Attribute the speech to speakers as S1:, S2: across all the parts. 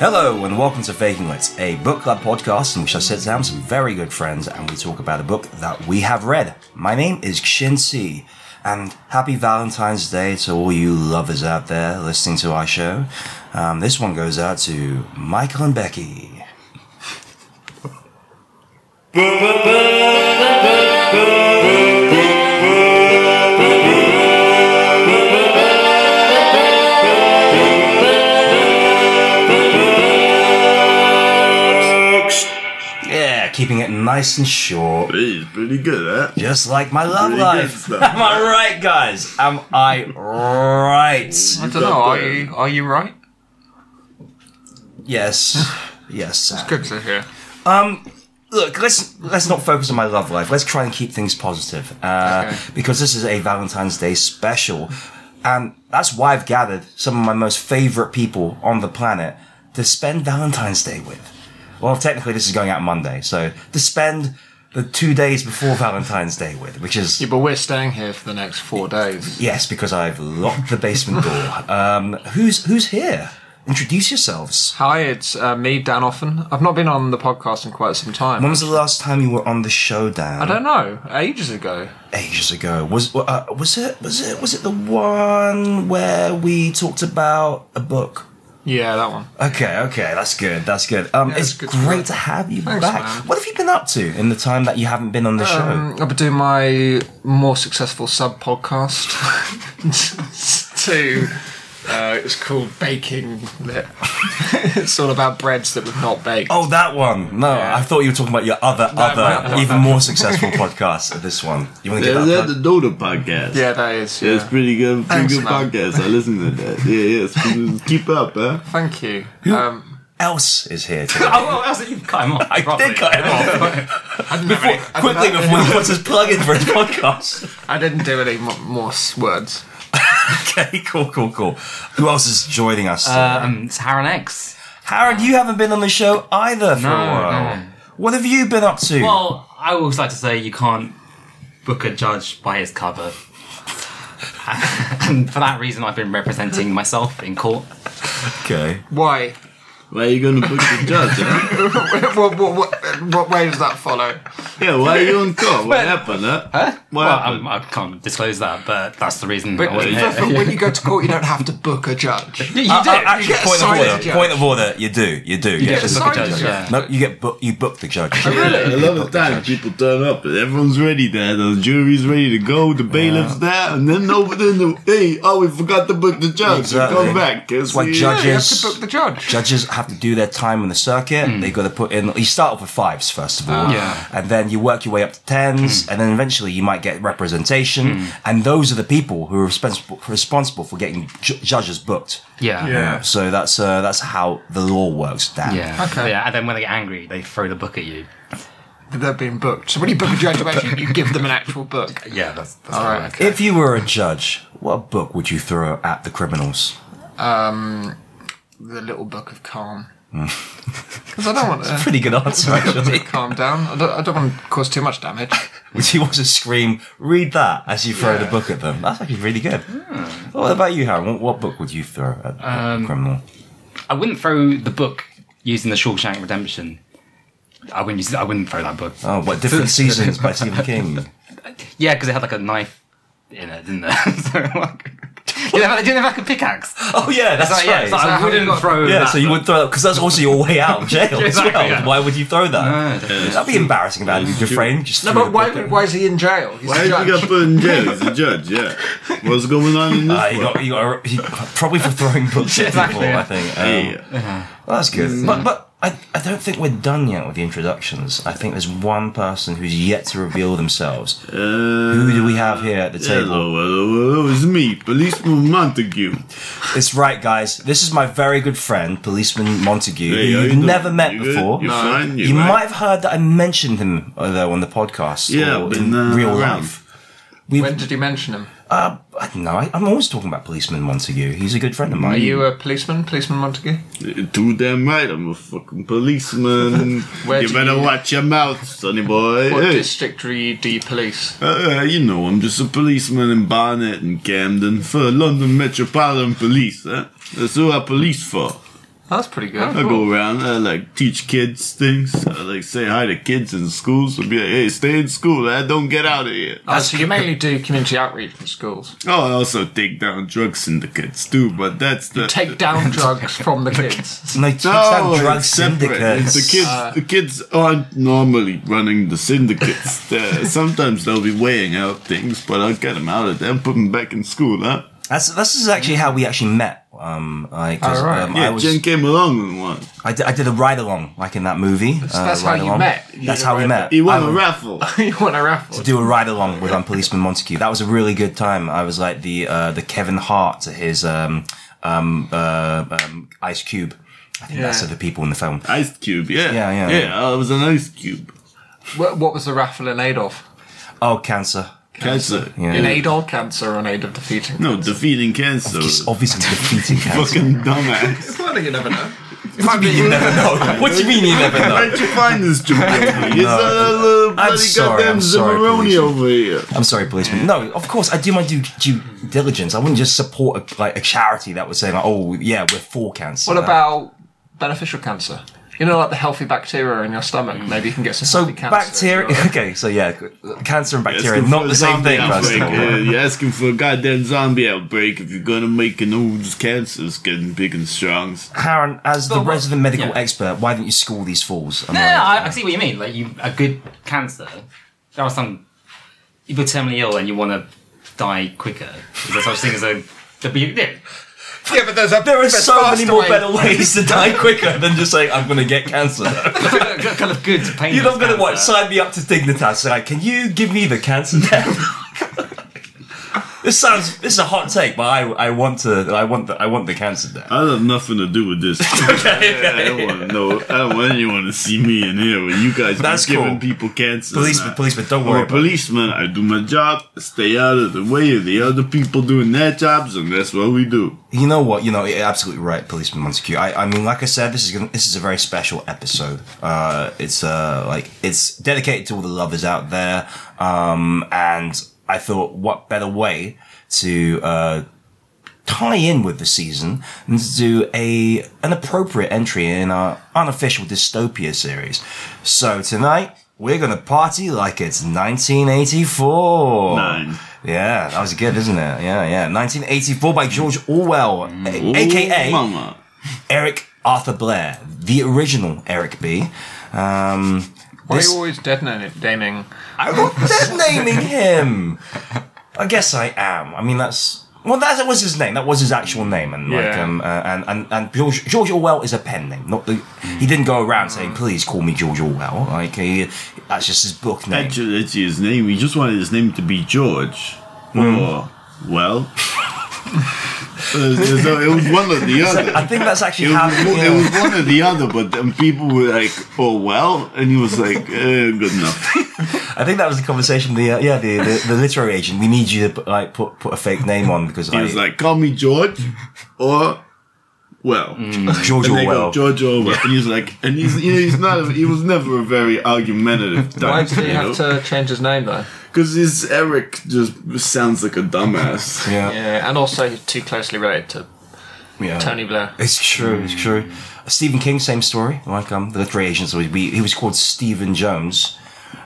S1: Hello and welcome to Faking It, a book club podcast in which I sit down with some very good friends and we talk about a book that we have read. My name is Xin Si, and happy Valentine's Day to all you lovers out there listening to our show. Um, this one goes out to Michael and Becky. Yeah, keeping it nice and short.
S2: He's pretty good eh? at.
S1: Just like my love
S2: Pretty good
S1: life.
S2: stuff.
S1: Am I right, guys? Am I right?
S3: I don't know. Are you are you right?
S1: Yes. Yes. Sam.
S3: Good to hear.
S1: Look, let's let's not focus on my love life. Let's try and keep things positive, uh,
S3: Okay.
S1: because this is a Valentine's Day special, and that's why I've gathered some of my most favorite people on the planet to spend Valentine's Day with. Well, technically, this is going out Monday, so to spend the two days before Valentine's Day with, which is
S3: Yeah, but we're staying here for the next four days.
S1: Yes, because I've locked the basement door. Um, who's who's here? Introduce yourselves.
S3: Hi, it's uh, me, Dan Offen. I've not been on the podcast in quite some time.
S1: When was the last time you were on the showdown?
S3: I don't know. Ages ago.
S1: Ages ago. Was uh, was it was it was it the one where we talked about a book?
S3: Yeah, that one.
S1: Okay, okay, that's good. That's good. Um,
S3: Yeah,
S1: it's
S3: it's good to
S1: great
S3: work.
S1: to have you
S3: Thanks,
S1: back.
S3: man.
S1: What have you been up to in the time that you haven't been on the show?
S3: Um, I've been doing my more successful sub podcast to. Uh, it's called baking. Lit. it's all about breads that we've not baked.
S1: Oh, that one. No, I thought you were talking about your other,
S3: no,
S1: other,
S3: no.
S1: even more successful podcast. This one. You want to
S2: Yeah,
S1: get
S2: that
S1: that?
S2: the
S1: plug?
S2: Dota podcast.
S3: Yeah, that is.
S2: Yeah, it's
S3: Yeah.
S2: pretty good. Pretty
S3: Thanks,
S2: good
S3: man.
S2: podcast. I listen to that. Yeah, yeah. It's pretty, keep up, eh? huh?
S3: Thank you. Um,
S1: Else is here today.
S4: Oh, well, else that you've cut him off.
S1: I
S4: probably.
S1: did cut him off.
S3: I didn't have any- I didn't
S1: quickly
S3: have-
S1: before he puts his plug in for his podcast.
S3: I didn't do any mo- more s- words.
S1: Okay, cool, cool, cool. Who else is joining us?
S2: Uh,
S1: today?
S4: Um, it's Harran X.
S1: Harold, you haven't been on the show either for a
S4: No,
S1: while.
S4: no.
S1: What have you been up to?
S4: Well, I always like to say you can't book a judge by his cover. and for that reason, I've been representing myself in court.
S1: okay.
S3: Why?
S2: Why are you going to book the judge? eh? Huh?
S3: what, what, what, what way does that follow?
S2: Yeah, why are you on call? What happened? Huh? Huh? What
S4: Well,
S2: happened?
S4: I, I can't disclose that, but that's the reason. I
S3: But
S4: wasn't here.
S3: when you go to court, you don't have to book a judge.
S4: You
S1: Uh,
S4: do.
S1: uh, actually,
S3: get
S1: point of
S3: assigned
S1: order.
S3: a judge.
S1: Point of order. You do. You do.
S4: You
S1: yeah.
S4: get to book a judge.
S3: yeah.
S4: Yeah.
S1: No, you get book. You book the judge.
S2: Yeah, a lot of times people turn up and everyone's ready there. The jury's ready to go, the bailiff's there, and then over then the hey, oh we forgot to book the judge.
S1: Exactly.
S2: Come back.
S1: It's like
S2: we-
S1: judge- Hmm.
S3: you have to
S1: Judges-
S3: book the judge.
S1: Judges have to do their time on the circuit. They've got to put in. You start off with fives first of all,
S4: Yeah.
S1: and then you work your way up to tens, and then eventually you might get representation. And those are the people who are responsible responsible for getting ju- judges booked.
S4: Yeah.
S3: Yeah.
S1: So that's uh, that's how the law works. Dan.
S4: Yeah.
S3: Okay.
S4: Yeah, and then when they get angry, they throw the book at you.
S3: They're being booked. So when you book a judge, you actually you give them an actual book.
S4: Yeah, that's, that's
S3: All
S4: how it
S3: right.
S4: works.
S1: If you were a judge, what book would you throw at the criminals?
S3: Um, the little book of calm. Because I don't want to
S1: Pretty good answer, actually.
S3: calm down. I don't, I don't want to cause too much damage.
S1: Would you want to scream, read that, as you throw the
S3: Yeah.
S1: book at them? That's actually really good. Well, What about you, Harry? What, what book would you throw at the criminal?
S4: I wouldn't throw the book using the Shawshank Redemption. I wouldn't use. I wouldn't throw that book.
S1: Oh, what, Different Seasons by Stephen King.
S4: Yeah, because it had like a knife in it, didn't it? so, like, you know, you know, like a pickaxe.
S1: Oh, yeah, that's
S4: So, yeah,
S1: right.
S4: so
S3: that
S4: I
S3: how you
S4: wouldn't
S3: got-
S4: throw.
S1: yeah,
S4: that.
S1: so you would throw that, because that's also your way out of jail
S4: Exactly,
S1: as well.
S4: yeah.
S1: Why would you throw that?
S4: No,
S1: That'd be embarrassing if Andy Dufresne just
S3: No,
S1: threw
S3: but
S1: the
S3: why,
S1: book at
S3: why is he in jail? He's
S2: Why
S3: a
S2: did you
S3: judge.
S2: get put in jail as a judge? Yeah. What's going on in this
S1: Uh, he
S2: one?
S1: got, he got he, probably for throwing books at people,
S4: Exactly, yeah.
S1: I think. Um,
S2: Hey.
S1: Well, that's good.
S2: Mm.
S1: But, but I, I don't think we're done yet with the introductions. I think there's one person who's yet to reveal themselves. Who do we have here at the table?
S2: Hello, hello, hello, it's me, Policeman Montague.
S1: It's right, guys. This is my very good friend, Policeman Montague,
S2: Hey,
S1: who
S2: how you
S1: you've
S2: doing?
S1: never met
S2: You good?
S1: before.
S2: You fine? You
S1: You
S2: right?
S1: might have heard that I mentioned him, uh, though, on the podcast
S2: Yeah,
S1: or
S2: but
S1: in
S2: no,
S1: real
S2: around.
S1: life. We've,
S3: When did you mention him?
S1: uh, I don't know. I, I'm always talking about Policeman Montague. He's a good friend of
S3: Are
S1: mine.
S3: you a policeman, policeman Montague?
S2: Too damn right, I'm a fucking policeman.
S3: Where
S2: you
S3: do
S2: better
S3: you-
S2: watch your mouth, sonny boy.
S3: What
S2: Hey.
S3: district do you, do you police?
S2: Uh, you know, I'm just a policeman in eh? Barnet and Camden for London Metropolitan Police. Huh? That's who I police for.
S3: That's pretty good.
S2: I go around and I, like teach kids things. I like say hi to kids in schools. and be like, hey, stay in school, lad. Don't get out of here.
S3: Oh, so you mainly do community outreach in schools.
S2: Oh, I also take down drug syndicates too, but that's the
S3: Take down drugs from the kids.
S1: No, it's
S2: No,
S1: that drug
S2: it's separate.
S1: syndicates. Uh.
S2: It's the kids. the kids aren't normally running the syndicates. They're- sometimes they'll be weighing out things, but I'll get them out of there and put them back in school. Huh?
S1: That's this is actually how we actually met. Um, I, 'cause,
S3: Oh, right.
S1: um, I
S2: Yeah,
S1: was
S2: Jen came along and won.
S1: I did, I did a ride along like in that movie. uh,
S3: that's how you
S1: ride-along.
S3: met. You
S1: that's
S3: did a
S1: how we
S3: ride-
S1: met.
S2: He won
S1: I
S2: a
S1: would
S2: raffle.
S3: you want a raffle?
S1: do a ride along with um, Policeman Montague. That was a really good time. I was like the uh, the Kevin Hart to his um, um, uh, um, Ice Cube. I think that's
S3: Yeah.
S1: the people in the film.
S2: Ice cube. Yeah,
S1: Yeah, yeah,
S2: yeah. I was an ice cube.
S3: What, what was the raffle in aid of?
S1: Oh, cancer.
S2: Cancer.
S1: Yeah.
S3: In aid of cancer or in aid of defeating?
S2: No, defeating cancer.
S1: It's obviously defeating cancer.
S2: Fucking dumbass.
S3: Well, you never know.
S1: you never know. What do you mean you never know?
S2: Where'd you find this jabroni? It's a little bloody
S1: sorry,
S2: goddamn
S1: I'm sorry,
S2: jabroni
S1: policeman.
S2: over here.
S1: I'm sorry, policeman. No, of course I do my due, due diligence. I wouldn't just support a, like a charity that would say, like, "Oh, yeah, we're for cancer."
S3: What about beneficial cancer? You know, like the healthy bacteria in your stomach. Maybe you can get some
S1: So
S3: healthy cancer.
S1: bacteria. Okay, so yeah, cancer and bacteria,
S2: Asking
S1: not
S2: for a
S1: the same
S2: zombie
S1: thing. First
S2: outbreak.
S1: of all.
S2: Yeah, you're asking for a goddamn zombie outbreak if you're gonna make an old cancer's getting big and strong.
S1: Karen, as the
S4: But what-
S1: resident medical
S4: yeah.
S1: expert, why don't you school these fools? I'm
S4: No,
S1: like,
S4: no, I, I see what you mean. Like you, a good cancer. There are some. If you're terminally ill and you want to die quicker, is there such thing as a? there'd be- yeah.
S3: Yeah, but there's a
S1: there are so many more better ways to die quicker than just saying I'm going to get cancer.
S4: kind of good pain.
S1: You're not going to what? Sign me up to Dignitas. Say, Like, can you give me the cancer death? this sounds. This is a hot take, but I, I want to. I want the. I want the cancer death.
S2: I have nothing to do with this. I don't want to know. I don't want anyone to see me in here when you guys
S1: That's
S2: be giving
S1: cool.
S2: people cancer.
S1: Policeman,
S2: Nah.
S1: policeman, don't
S2: I'm
S1: worry.
S2: a policeman. I do my job. Stay out of the way of the other people doing their jobs, and that's what we do.
S1: You know what? You know, you're absolutely right, Policeman Montague. I, I mean, like I said, this is gonna, this is a very special episode. Uh, it's uh, like it's dedicated to all the lovers out there. Um, and I thought, what better way to uh, tie in with the season and to do a an appropriate entry in our unofficial dystopia series. So tonight we're gonna party like it's 1984.
S2: Nine.
S1: Yeah, that was good, isn't it? Yeah, yeah. 1984 by George Orwell, a- aka
S2: Ooh, Oh, Mama.
S1: Eric Arthur Blair, the original Eric B. Um,
S3: Why are
S1: this-
S3: you always deadnaming?
S1: I'm not dead naming him. I guess I am. I mean, that's well, that was his name. That was his actual name, and like,
S3: Yeah.
S1: um, uh, and and and George, George Orwell is a pen name. Not the he didn't go around saying, "Please call me George Orwell." Like he, that's just his book name.
S2: Actually, that's his name. He just wanted his name to be George. Or, well. Uh, so it was one or the other.
S1: I think that's actually
S2: It
S1: how.
S2: was, it was one or the other, but then people were like, "Oh well," and he was like, eh, "Good enough."
S1: I think that was the conversation. The uh, yeah, the, the the literary agent. We need you to put, like put put a fake name on because
S2: He
S1: like,
S2: was like, "Call me George," or well,
S1: George
S2: and they
S1: Orwell.
S2: go Mm. George Orwell, and he's like, and he's you know, he's not a, he was never a very argumentative
S3: Why
S2: type,
S3: did he have to change his name though?
S2: because his Eric just sounds like a dumbass.
S1: yeah, yeah,
S3: Yeah, and also he's too closely related to Tony Blair.
S1: It's true. It's true.
S3: Mm.
S1: Stephen King, same story. Like um, the literary agent, so he, he was called Stephen Jones,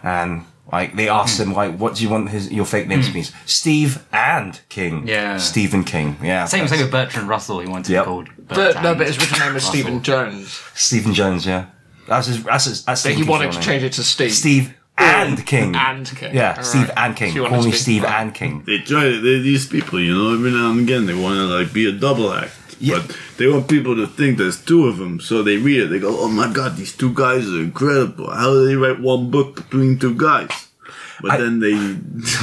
S1: and like they asked
S3: Mm.
S1: him like, "What do you want his your fake name to be?" Steve and King.
S4: Yeah.
S1: Stephen King. Yeah,
S4: Same,
S1: that's-
S4: same with Bertrand Russell. He wanted to
S1: Yep.
S4: be called.
S3: But no,
S4: Bertrand
S3: but his original name was
S4: Russell.
S3: Stephen Jones.
S1: Stephen Jones. Yeah, that's his. That's his. That's
S3: But
S1: Stephen
S3: he
S1: King's
S3: wanted
S1: real
S3: to
S1: name.
S3: change it to Steve.
S1: Steve and King.
S3: And King.
S1: Yeah,
S3: All
S1: Steve
S3: right.
S1: and King.
S3: So you want
S1: Call
S3: him
S1: me
S3: to be-
S1: Steve and King.
S2: They try to, they, these people, you know, every now and again they want to like be a double act.
S1: Yeah.
S2: But they want people to think there's two of them, so they read it. They go, "Oh my god, these two guys are incredible! How do they write one book between two guys?" But
S1: I-
S2: then they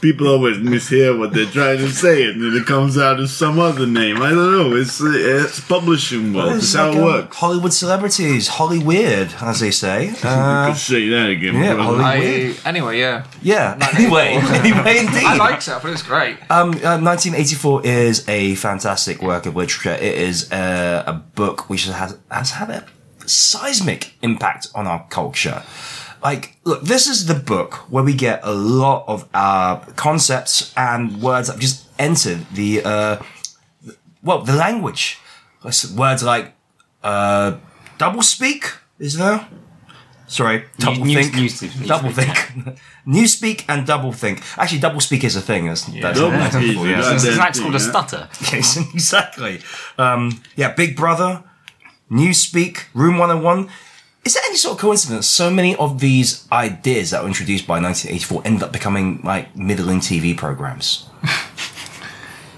S2: people always mishear what they're trying to say, and then it comes out as some other name. I don't know. It's it's publishing world. It's how
S1: like,
S2: it
S1: um,
S2: works.
S1: Hollywood celebrities, Holly Weird, as they say. Uh,
S2: you could say that again.
S1: yeah,
S2: brother.
S1: Holly-
S3: I, anyway, yeah.
S1: yeah. Anyway, anyway, indeed.
S3: I liked it. I thought it was great.
S1: Um, uh, 1984 is a fantastic work of literature. It is uh, a book which has has had a seismic impact on our culture. Like, look, this is the book where we get a lot of our concepts and words that just entered the uh, well, the language. Words like uh, double speak is there? Sorry, double
S4: new-
S1: think,
S4: new speak, new
S1: double
S4: speak,
S1: think, new speak, and double think. Actually, double speak is a thing. That's, that's
S2: Double
S1: that's
S2: speak,
S1: cool, yeah.
S2: yeah.
S4: It's, it's
S2: Goddamn
S4: actually called a
S2: thing,
S4: stutter.
S1: Yes, exactly. Um, yeah, Big Brother, Newspeak, Room 101. Is there any sort of coincidence so many of these ideas that were introduced by 1984 end up becoming like middling TV programs?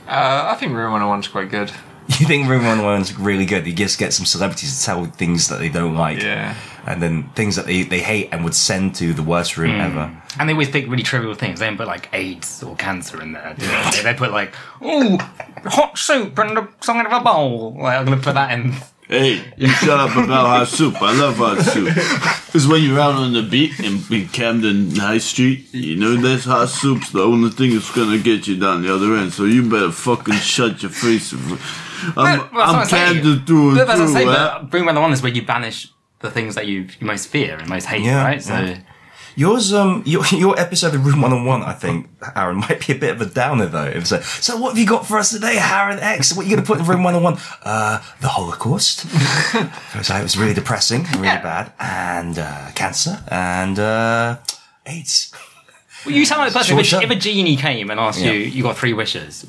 S3: Uh, I think Room 101's quite good.
S1: You think Room 101's really good? You just get some celebrities to tell things that they don't like.
S3: Yeah.
S1: And then things that they, they hate and would send to the worst room
S2: Hmm.
S1: ever.
S4: And they always pick really trivial things. They don't put like AIDS or cancer in there. do they? They- They put like, ooh, hot soup and the side of a bowl. Like, I'm going to put that in.
S2: Hey, you shut up about hot soup. I love hot soup. Because when you're out on the beat in, in Camden High Street, you know this hot soup's the only thing that's gonna get you down the other end. So you better fucking shut your face. I'm,
S4: But- but that's what
S2: I'm
S4: I'm saying.
S2: Camden through and
S4: But that's what I'm
S2: through.
S4: saying,
S2: eh?
S4: but Bring Around the One is where you banish the things that you, you most fear and most hate,
S1: Yeah,
S4: right? So,
S1: yeah. Yours, um, your, your episode of Room 101, I think, Aaron, might be a bit of a downer though. It was like, so what have you got for us today, Aaron X? What are you going to put in Room 101? Uh, the Holocaust. so it was really depressing, really bad. And, uh, cancer. And, uh, AIDS.
S4: well, you sound like the person,
S1: Sure,
S4: if,
S1: sure.
S4: a, if a genie came and asked
S1: Yeah. Mm-hmm.
S4: you, you got three wishes,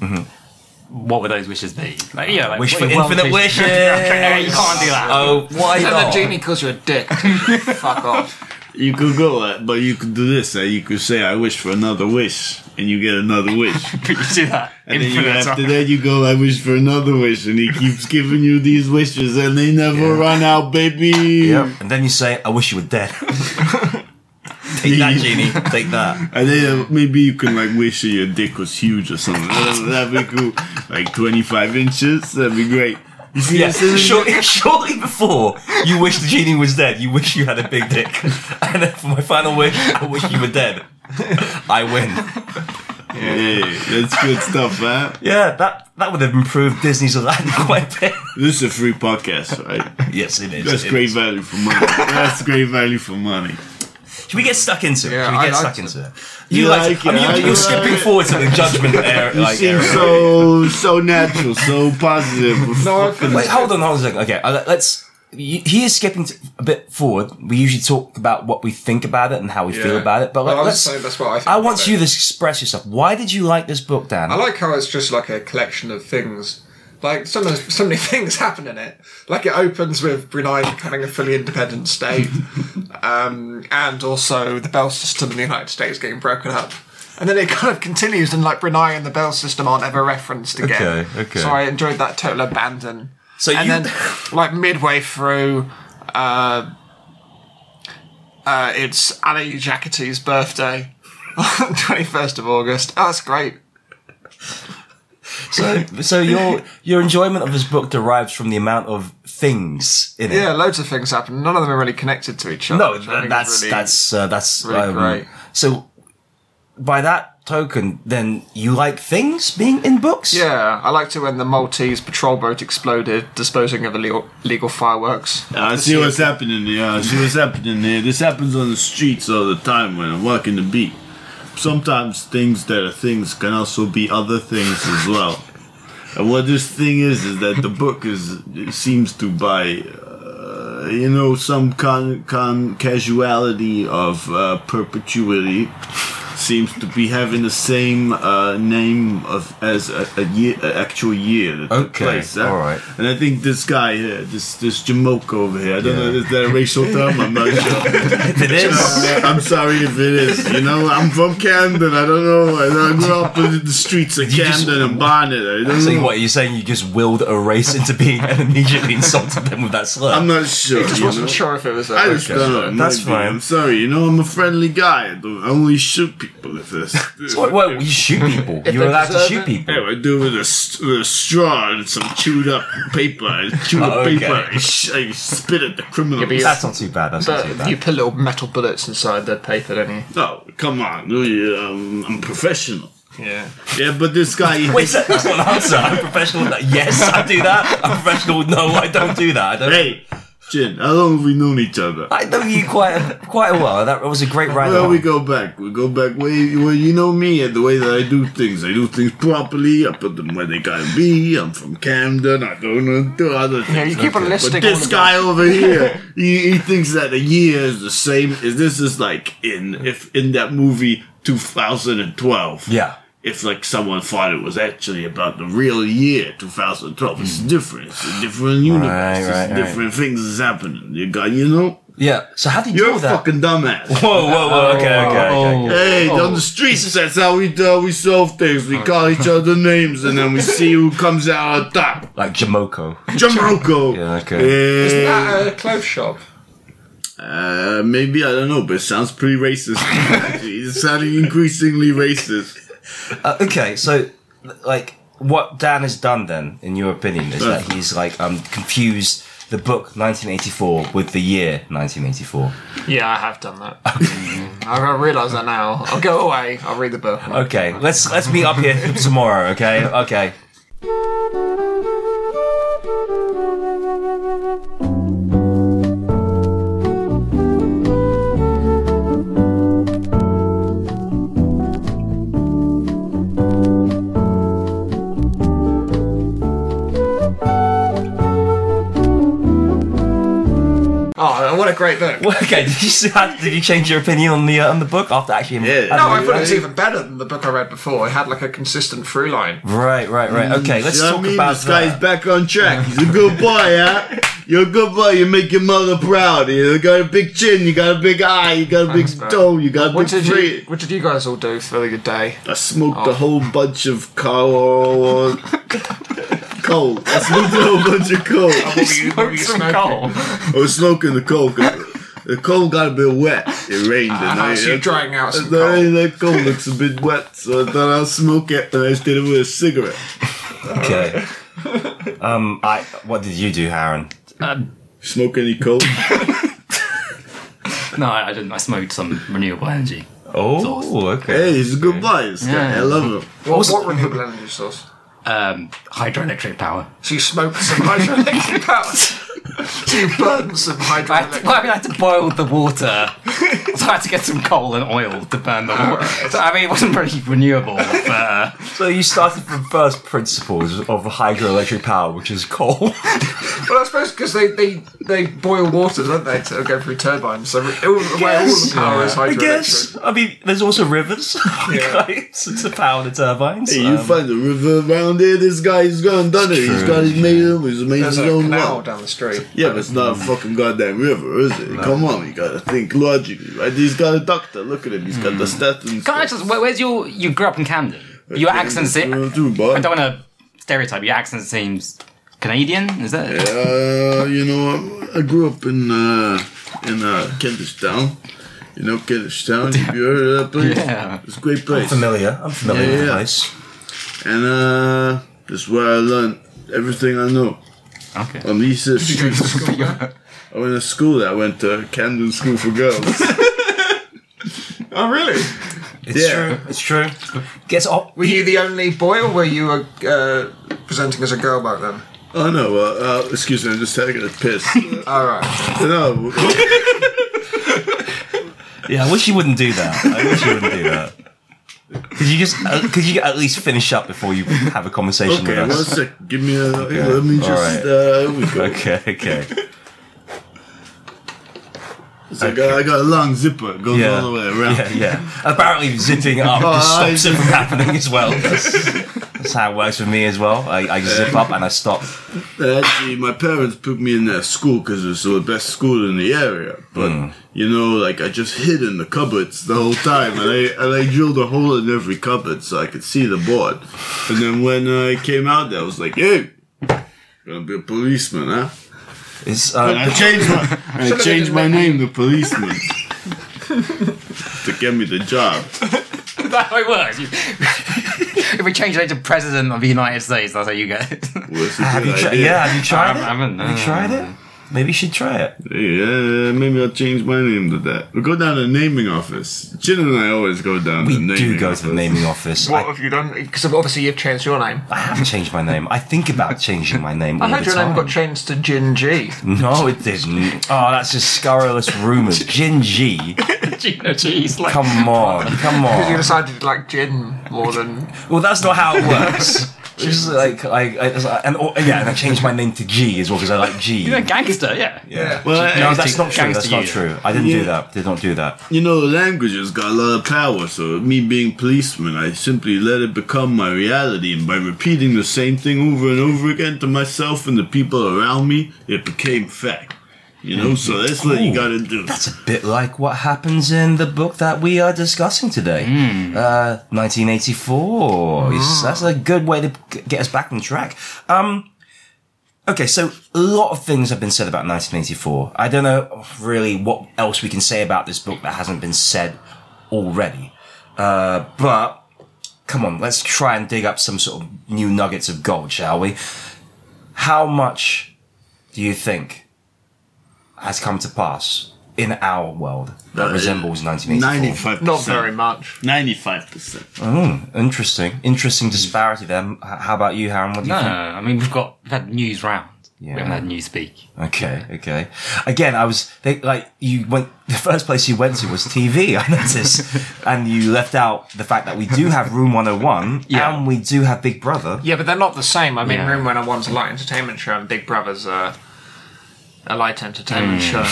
S4: what would those wishes be? Like, yeah, like,
S1: Wish
S4: what-
S1: for
S4: well,
S1: infinite
S4: wish-
S1: wishes.
S4: Okay, you can't do that.
S1: Oh, why
S3: And the
S1: not?
S3: genie calls you a dick. Fuck off.
S2: You could go, eh, but you could do this. eh? You could say, "I wish for another wish," and you get another wish.
S4: But you do that.
S2: And then you,
S4: Infinite
S2: after
S4: time.
S2: that, you go, I wish for another wish. And he keeps giving you these wishes, and they never run out, baby.
S1: Yep. And then you say, I wish you were dead. Take that, Genie. Take that.
S2: And then uh, maybe you can, like, wish that your dick was huge or something. That'd be cool. Like, 25 inches. That'd be great. You see
S1: Yeah,
S2: this? This is-
S1: shortly, shortly before you wish the genie was dead, you wish you had a big dick. And then for my final wish, I wish you were dead. I win.
S2: Hey, that's good stuff, man.
S1: Yeah, that that would have improved Disney's Aladdin quite a bit.
S2: This is a free podcast, right?
S1: Yes, it is.
S2: That's
S1: it is.
S2: great value for money. That's great value for money.
S1: Should we get stuck into it?
S3: Yeah,
S1: Should we
S3: I
S1: get
S3: liked
S1: stuck into it?
S2: You
S1: You like?
S2: like
S1: I mean,
S2: it,
S1: you're,
S2: I
S1: you're
S2: like
S1: skipping
S2: it.
S1: forward to the judgment area.
S2: You
S1: like,
S2: seem
S1: area.
S2: so, so natural, so positive.
S3: No, I feel
S1: Wait, hold on, hold on a second. Okay, uh, let's. y- He is skipping t- a bit forward. We usually talk about what we think about it and how we feel
S3: Yeah.
S1: about it, but like,
S3: Well, I was
S1: let's.
S3: saying that's what I think
S1: I want
S3: about
S1: you
S3: it.
S1: to express yourself. Why did you like this book, Dan?
S3: I like how it's just like a collection of things. Like so many, so many things happen in it. Like it opens with Brunei becoming a fully independent state, um, and also the bell system in the United States getting broken up. And then it kind of continues, and like Brunei and the bell system aren't ever referenced again.
S1: Okay, okay.
S3: So I enjoyed that total abandon.
S1: So
S3: and
S1: you-
S3: then like midway through, uh, uh, it's Anna Jacatee's birthday, twenty first of August. Oh, that's great.
S1: so, so your your enjoyment of this book derives from the amount of things in it.
S3: Yeah, loads of things happen. None of them are really connected to each other.
S1: No,
S3: which I think
S1: th- that's
S3: is really-
S1: that's uh, that's
S3: really great.
S1: So, by that token, then you like things being in books.
S3: Yeah, I liked it when the Maltese patrol boat exploded, disposing of illegal, illegal fireworks.
S2: I see what's happening here. I see what's happening here. This happens on the streets all the time when I'm walking the beat. Sometimes things that are things can also be other things as well. And what this thing is is that the book is it seems to by uh, you know some con, con casuality of uh, perpetuity seems to be having the same uh, name of as a, a year, a actual year that took
S1: Okay,
S2: place. huh?
S1: alright.
S2: And I think this guy here, this this Jamoke over here, I don't know, is that a racial term? I'm not sure.
S1: it is.
S2: Uh, I'm sorry if it is. You know, I'm from Camden. I don't know. I grew up in the streets of
S1: just-
S2: Camden and Barnet. I don't
S1: So
S2: know.
S1: what you're saying? You just willed a race into being and immediately insulted them with that slur.
S2: I'm not sure.
S3: Just
S2: you
S3: wasn't
S2: know?
S3: sure if it was. a-
S2: I just don't know.
S1: That's
S2: Maybe.
S1: fine.
S2: I'm sorry. You know, I'm a friendly guy. I, don't, I only shoot people if this.
S1: Well, well, you shoot people. You're
S3: they
S1: allowed to
S3: deserve
S1: shoot
S3: it.
S1: people.
S2: Yeah, I do with a, st- with a straw and some chewed up paper. I chew the
S1: Oh, okay.
S2: paper. I, sh- I spit at the criminals.
S3: but you-
S1: That's not too bad. That's not too
S3: But you
S1: bad.
S3: put little metal bullets inside the paper, don't you?
S2: Oh, come on. Um, I'm professional.
S3: Yeah.
S2: Yeah, but this guy.
S1: Wait, so that's not an answer. I'm professional. with that. Yes, I do that. I'm professional. with No, I don't do that. I don't.
S2: Hey, Jin, how long have we known each other?
S1: I know you quite a, quite a while. That was a great ride.
S2: Well,
S1: along.
S2: we go back. We go back way. Well, you know me and the way that I do things. I do things properly. I put them where they gotta be. I'm from Camden. I don't do other things.
S5: Yeah, you keep on listing
S2: But
S5: all
S2: this
S5: of
S2: guy over here, he, he thinks that a year is the same. Is this is like in if in that movie 2012?
S1: Yeah.
S2: If like someone thought it was actually about the real year 2012, it's different. It's a different universe.
S1: Hmm. Right,
S2: it's
S1: right, right.
S2: different things is happening. You got you know.
S1: yeah. So how do you
S2: You're
S1: deal
S2: a
S1: with that?
S2: fucking dumbass.
S1: Whoa, whoa, whoa. Okay, okay, okay. okay.
S2: Hey, down the streets, that's how we do. We solve things. We call each other names, and then we see who comes out on top.
S1: Like Jamoko.
S2: Jamaica.
S1: Yeah, okay.
S3: Isn't
S2: Eh,
S3: that a clothes shop?
S2: Uh, maybe I don't know, but it sounds pretty racist. it's sounding increasingly racist.
S1: Uh, okay, so like what Dan has done then, in your opinion, is that he's like um confused the book 1984 with the year 1984.
S5: Yeah, I have done that. Mm, I I realise that now. I'll go away. I'll read the book.
S1: Okay, let's let's meet up here tomorrow. Okay, okay.
S3: Oh, what a great book.
S1: Well, okay, did you see how, did you change your opinion on the uh, on the book after actually?
S2: Yeah.
S3: No, I thought it was
S2: I-
S3: even better than the book I read before. It had like a consistent through line.
S1: Right, right, right. Okay, let's
S2: You know
S1: talk
S2: what Mm, I mean?
S1: about
S2: this guy's
S1: that.
S2: back on track. He's a good boy, huh? You're a good boy. You make your mother proud. You got a big chin. You got a big eye. You got a big
S5: Thanks, bro.
S2: toe. You got a
S5: What
S2: big
S5: did
S2: free.
S5: you What did you guys all do for the day?
S2: I smoked
S3: Oh.
S2: a whole bunch of coal. coal. I smoked a whole bunch of coal. I
S5: Smoked some coal.
S2: was smoking the coal. 'cause The coal got a bit wet. It rained and
S3: Ah,
S2: I,
S3: so you're drying out some
S2: I-
S3: coal.
S2: That coal looks a bit wet, so I thought I'll smoke it and I just did it with a cigarette.
S1: Okay. Um, I what did you do, Harren?
S4: Um,
S2: Smoke any coal?
S4: No, I I didn't. I smoked some renewable energy.
S1: Oh, okay.
S2: hey, he's a good boy. This guy. I love him.
S3: What, what renewable energy source?
S4: Um, hydroelectric power.
S3: So you smoked some hydroelectric power. so you burned some
S4: I had
S3: hydroelectric
S4: to, well, I mean, I had to boil the water, so I had to get some coal and oil to burn the water. So, I mean, it wasn't very renewable, but uh,
S1: So you started from first principles of hydroelectric power, which is coal.
S3: Well, I suppose because they, they, they boil water, don't they, to go through turbines. So it, all, the way all the
S1: Yes.
S3: power is hydroelectric.
S1: I guess. I mean, there's also rivers.
S3: Yeah.
S1: Okay, so to power the turbines.
S2: Hey, you
S1: Um,
S2: find the river around here. This guy, he's gone done it. He's
S1: true.
S2: got his made him. He's made
S3: There's
S2: his
S3: a
S2: own
S3: canal
S2: one.
S3: down the street.
S2: Yeah, but it's not a fucking goddamn river, is it? Come on, you gotta think logically, right? He's got a doctor. Look at him. He's got the statins.
S4: can I just? Where, where's your? You grew up in Camden. Your accent. se-
S2: Through, through, boy.
S4: I don't want to stereotype. Your accent seems Canadian. Is that? it?
S2: Uh, you know, I grew up in uh, in uh, Kentish Town. You know, Kentish Town. Have you heard of that place?
S4: Yeah.
S2: It's a great place.
S1: familiar. I'm familiar
S2: Yeah,
S1: with the
S2: yeah.
S1: place.
S2: And uh, this is where I learned everything I know.
S4: Okay.
S2: On these uh, streets. I went to school there. I went to Camden School for Girls.
S3: Oh, really?
S1: It's
S2: Yeah.
S1: true. It's true. Gets up.
S3: Were you the only boy, or were you uh, presenting as a girl back then?
S2: oh no, uh, uh, excuse me, I'm just taking a piss.
S3: All right.
S2: no,
S1: Yeah, I wish you wouldn't do that. I wish you wouldn't do that. Could you just? Uh, could you at least finish up before you have a conversation
S2: okay,
S1: with
S2: one
S1: us?
S2: sec. Give me a. Let me
S1: All
S2: just.
S1: right.
S2: Uh, here we go.
S1: Okay. Okay.
S2: It's like, uh, I got a long zipper. It goes
S1: Yeah.
S2: all the way around.
S1: Yeah. Yeah. Apparently, zipping up
S2: Oh,
S1: just
S2: I
S1: stops it from happening as well. That's, that's how it works with me as well. I, I zip up and I stop.
S2: Actually, my parents put me in that school because it's the best school in the area. But
S1: Hmm.
S2: you know, like I just hid in the cupboards the whole time, and I and I drilled a hole in every cupboard so I could see the board. And then when I came out, there, I was like, "Hey, gonna be a policeman, huh?"
S1: It's
S2: And
S1: uh,
S2: I changed my I changed my name to policeman to get me the job.
S4: That's how it works. You- if we change it to president of the United States, that's how you get. it.
S2: Well, it's a
S1: have you
S2: good
S1: tried?
S2: idea.
S1: Yeah. Have you
S4: I
S1: tried it?
S4: haven't.
S1: Have you tried it? Maybe you should try it.
S2: Yeah, maybe I'll change my name to that. We'll go down to the naming office. Jin and I always go down to the
S1: We
S2: naming
S1: do go
S2: office.
S1: to the naming office.
S5: What
S1: I,
S5: have you done? Because obviously you've changed your name.
S1: I haven't changed my name. I think about changing my name.
S5: I
S1: all
S5: heard
S1: the
S5: your name
S1: time.
S5: got changed to Jin G.
S1: No, it didn't. Oh, that's just scurrilous rumours. Jin G.
S4: Gino cheese. Like,
S1: Come on, come
S5: You
S1: on.
S5: decided to like Jin more than.
S1: Well, that's not how it works. It's just like I, I it's like- and oh, yeah, and I changed my name to G as well because I like G.
S4: you know, gangster. Yeah.
S1: Yeah.
S2: Well,
S1: No,
S2: eh,
S1: that's not true. That's not
S4: Gangster
S1: true. I didn't do
S2: Yeah.
S1: that. Did not do that.
S2: you know, languages got a lot of power, so me being policeman, I simply let it become my reality, and by repeating the same thing over and over again to myself and the people around me, it became fact. You know, so that's what you
S1: Ooh.
S2: gotta do.
S1: That's a bit like what happens in the book that we are discussing today, uh, 1984. Yes, That's a good way to g- get us back on track. Um, okay, so a lot of things have been said about 1984. I don't know really what else we can say about this book that hasn't been said already. Uh, but come on, let's try and dig up some sort of new nuggets of gold, shall we? How much do you think has come to pass in our world that
S2: Uh,
S1: resembles 1984?
S2: 95%.
S5: Not very much.
S2: 95%.
S1: Interesting, interesting disparity there. H- How about you, Harry? What do you
S4: No, no,
S1: think?
S4: no. I mean, we've got we've had news round.
S1: Yeah.
S4: We haven't had news speak.
S1: Okay, okay. Again, I was they, like, you went. The first place you went to was TV. I noticed, and you left out the fact that we do have Room One Hundred One,
S4: Yeah.
S1: and we do have Big Brother.
S5: Yeah, but they're not the same. I mean,
S4: Yeah.
S5: Room 101's a light entertainment show, and Big Brother's a, a light entertainment show.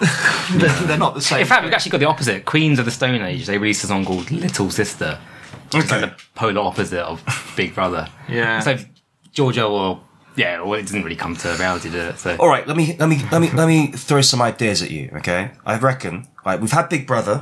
S5: they're, they're not the same.
S4: In fact, we've actually got the opposite. Queens of the Stone Age. They released a song called Little Sister, which is like the polar opposite of Big Brother.
S5: Yeah.
S4: So Georgia or yeah, well, it didn't really come to reality, did it? So
S1: All right, let me let me let me let me throw some ideas at you. Okay, I reckon. Like, we've had Big Brother,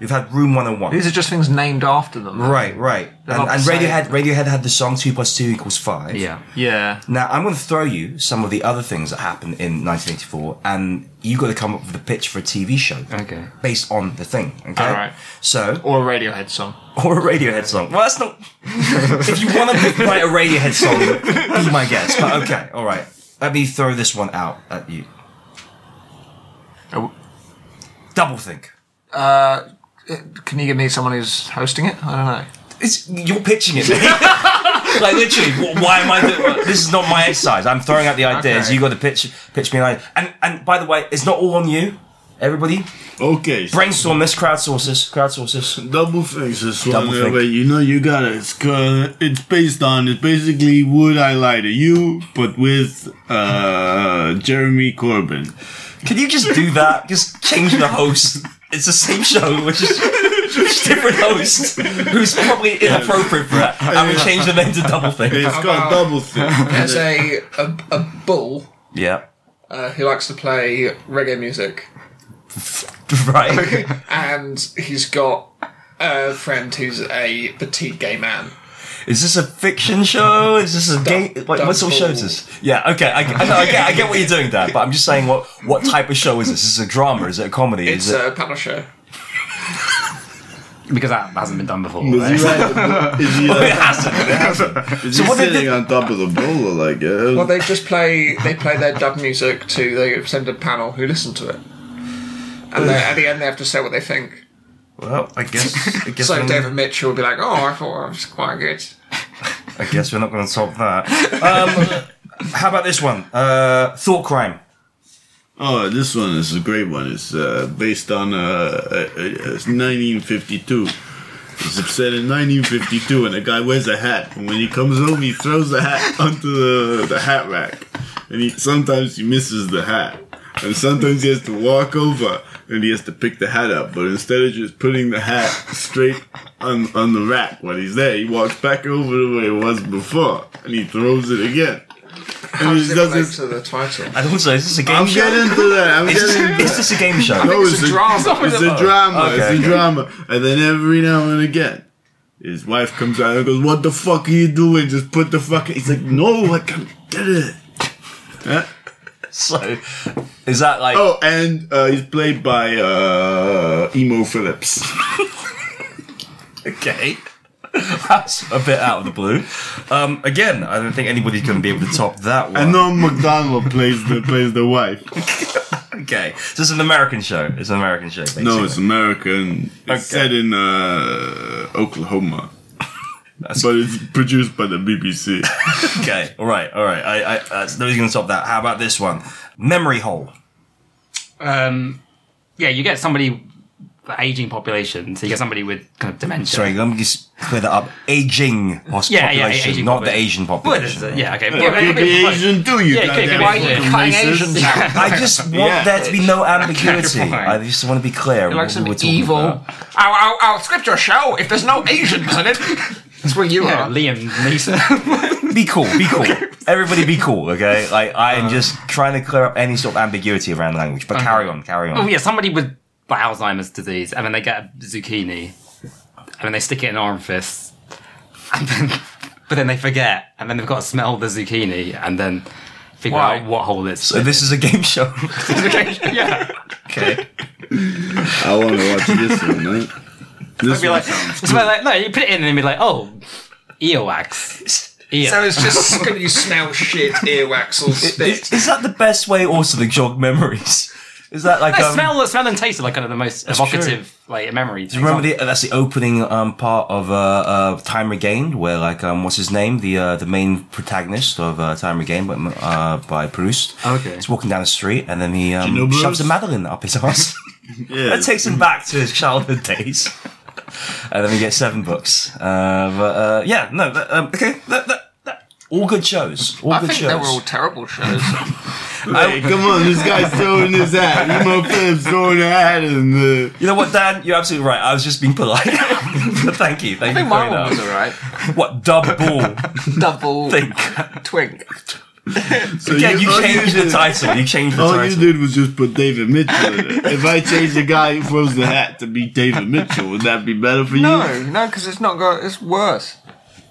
S1: we've had Room One Hundred One.
S5: These are just things named after them.
S1: Right, right. And,
S5: not the
S1: and
S5: same.
S1: Radiohead, Radiohead had the song two plus two equals five.
S4: yeah,
S5: Yeah.
S1: Now I'm going to throw you some of the other things that happened in 1984, and you got to come up with a pitch for a TV show.
S4: Okay.
S1: Based on the thing. Okay.
S5: All right.
S1: So
S5: Or a Radiohead song.
S1: or a Radiohead song. Well, that's not. if you want to write a Radiohead song, be my guest. But okay, all right. Let me throw this one out at you.
S5: Uh,
S1: Double think.
S5: Can you give me someone who's hosting it? I don't know.
S1: It's, you're pitching it. mate. like literally, wh- why am I? Doing, this is not my exercise. I'm throwing out the ideas.
S5: Okay.
S1: You got to pitch, pitch me an idea. And and by the way, it's not all on you. Everybody,
S2: Okay, so
S1: brainstorm this. Crowdsources, crowdsources.
S2: double things this
S1: Double
S2: one. uh,
S1: think.
S2: But you know, you got it. It's, co- it's based on, it's basically Would I Lie to You, but with uh, Jeremy Corbyn.
S1: Can you just do that? Just change the host. It's the same show, which is just different host, who's probably inappropriate for that. And we change the name to Double Think.
S2: It's got double thing.
S3: There's a, a, a bull
S1: Yeah,
S3: uh, who likes to play reggae music,
S1: right.
S3: and he's got a friend who's a petite gay man.
S1: Is this a fiction show? Is this a game? Like, what sort of show is this? Yeah, okay, I, I, know, I, get, I get what you're doing there, but I'm just saying, what what type of show is this? Is it a drama? Is it a comedy?
S3: It's
S1: Is it?
S3: a panel show.
S4: because that hasn't been done before.
S2: Is
S4: right?
S2: he right? Is he,
S1: It
S2: uh,
S1: hasn't.
S2: is he
S1: what they
S2: sitting
S1: did-
S2: on top of the bowl like? Uh,
S3: Well, they just play they play their dub music to the send a panel who listen to it, and they- at the end they have to say what they think.
S1: Well, I guess I guess,
S3: So
S1: we're,
S3: David Mitchell will be like, "Oh, I thought I was quite good."
S1: I guess we're not going to solve that. Um, how about this one? Uh, thought crime.
S2: oh, this one is a great one. It's uh, based on uh, uh, uh, it's 1952. It's set in 1952, and a guy wears a hat. And when he comes home, he throws the hat onto the, the hat rack, and he sometimes he misses the hat, and sometimes he has to walk over and he has to pick the hat up. But instead of just putting the hat straight on on the rack when he's there, he walks back over the way it was before, and he throws it again.
S3: How
S2: And he
S3: does it
S2: does
S3: relate
S2: this
S3: to the title?
S1: And also, is this a game
S2: I'm
S1: show?
S2: getting to that. I'm
S1: is, this,
S2: getting.
S1: is this a game show?
S2: No,
S5: It's a drama.
S2: It's a drama.
S1: Okay,
S2: it's a
S1: okay.
S2: drama. And then every now and again, his wife comes out and goes, "What the fuck are you doing? Just put the fucking." He's like, "No, I can't get it." Huh?
S1: So, is that like?
S2: Oh, and uh, he's played by uh, Emo Phillips.
S1: okay. That's a bit out of the blue. Um, again, I don't think anybody's going to be able to top that one.
S2: And Norm McDonald plays the plays the wife.
S1: Okay, so it's an American show. It's an American show. Basically.
S2: No, it's American. It's
S1: Okay.
S2: set in uh, Oklahoma.
S1: That's-
S2: but it's produced by the BBC.
S1: okay. All right, all right. I, I, uh, nobody's going to top that. How about this one? Memory hole.
S4: Um, yeah, you get somebody for aging population, so you get somebody with kind of dementia.
S1: Sorry, let me just clear that up. Aging hos-
S4: Yeah, yeah,
S1: population,
S4: aging
S1: not the
S4: population.
S1: Asian
S4: Well,
S1: population.
S4: this is it. yeah, okay.
S2: You're Asian, do you?
S4: Yeah,
S2: goddamn
S4: yeah, why-
S2: fucking
S5: cutting
S2: racist?
S5: Asians out.
S1: I just want
S2: Yeah.
S1: there to be no ambiguity.
S4: you're fine.
S1: I just want to be clear.
S5: Like
S1: what we
S5: some
S1: were talking
S5: evil.
S1: about.
S5: I'll, I'll, I'll script your show if there's no Asians in it. That's where you
S4: Yeah,
S5: are.
S4: Liam Neeson.
S1: Be cool. Be cool. Everybody, be cool. Okay. Like I
S4: Uh-huh.
S1: am just trying to clear up any sort of ambiguity around language. But carry on. Carry on.
S4: oh yeah, somebody with like, Alzheimer's disease, and then they get a zucchini, and then they stick it in an arm fist, and then, but then they forget, and then they've got to smell the zucchini, and then figure
S5: Why?
S4: out what hole it's.
S1: So this is a game show.
S4: yeah.
S1: okay.
S2: I want to watch this one, right? This
S5: Be
S2: one
S5: like,
S2: sounds-
S4: It's about like, no, you put it in and be like, oh, earwax. Ear.
S3: So it's just going to smell shit, earwax, or spit.
S1: Is, is that the best way also to jog memories? Is that like
S4: no,
S1: um,
S4: smell, smell and taste are like kind of the most evocative like memory.
S1: Do you remember the, that's the opening um, part of uh, uh, Time Regained, where like um, what's his name, the uh, the main protagonist of uh, Time Regained, but uh, by Proust.
S4: Okay.
S1: he's walking down the street and then he um,
S2: Do you know
S1: shoves a
S2: Proust?
S1: Madeline up his ass.
S2: yeah.
S1: that takes him back to his childhood days. and then we get seven books. Uh, but uh, yeah, no, that, um, okay, that, that, that, all good shows. All
S5: I
S1: good
S5: think
S1: shows. Um,
S5: they were all terrible shows.
S2: Hey, come on, this guy's throwing his hat. You motherfuckers throwing a hat in the.
S1: You know what, Dan? You're absolutely right. I was just being polite. But thank you. Thank
S5: I
S1: you
S5: think
S1: for
S5: my
S1: pointing
S5: one was
S1: out.
S5: alright.
S1: What dub ball
S5: Double
S1: think?
S5: twink.
S2: So
S1: Yeah, you
S2: all
S1: changed the
S2: did-
S1: title. You changed the
S2: All you
S1: title.
S2: did was just put David Mitchell in it. If I change the guy who throws the hat to be David Mitchell, would that be better for you?
S5: No, no, because it's not got. It's worse.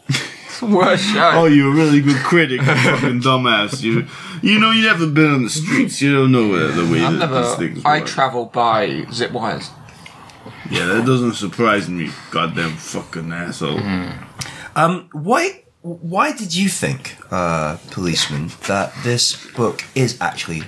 S5: It's a worse
S2: Oh,
S5: show.
S2: you're a really good critic, you fucking dumbass. You, you know, you never been on the streets. You don't know uh, the way
S5: I've
S2: that these
S5: never.
S2: things
S5: I
S2: work.
S5: travel by zip wires.
S2: yeah, that doesn't surprise me. Goddamn fucking asshole.
S1: Um, why? Why did you think, uh, policeman, that this book is actually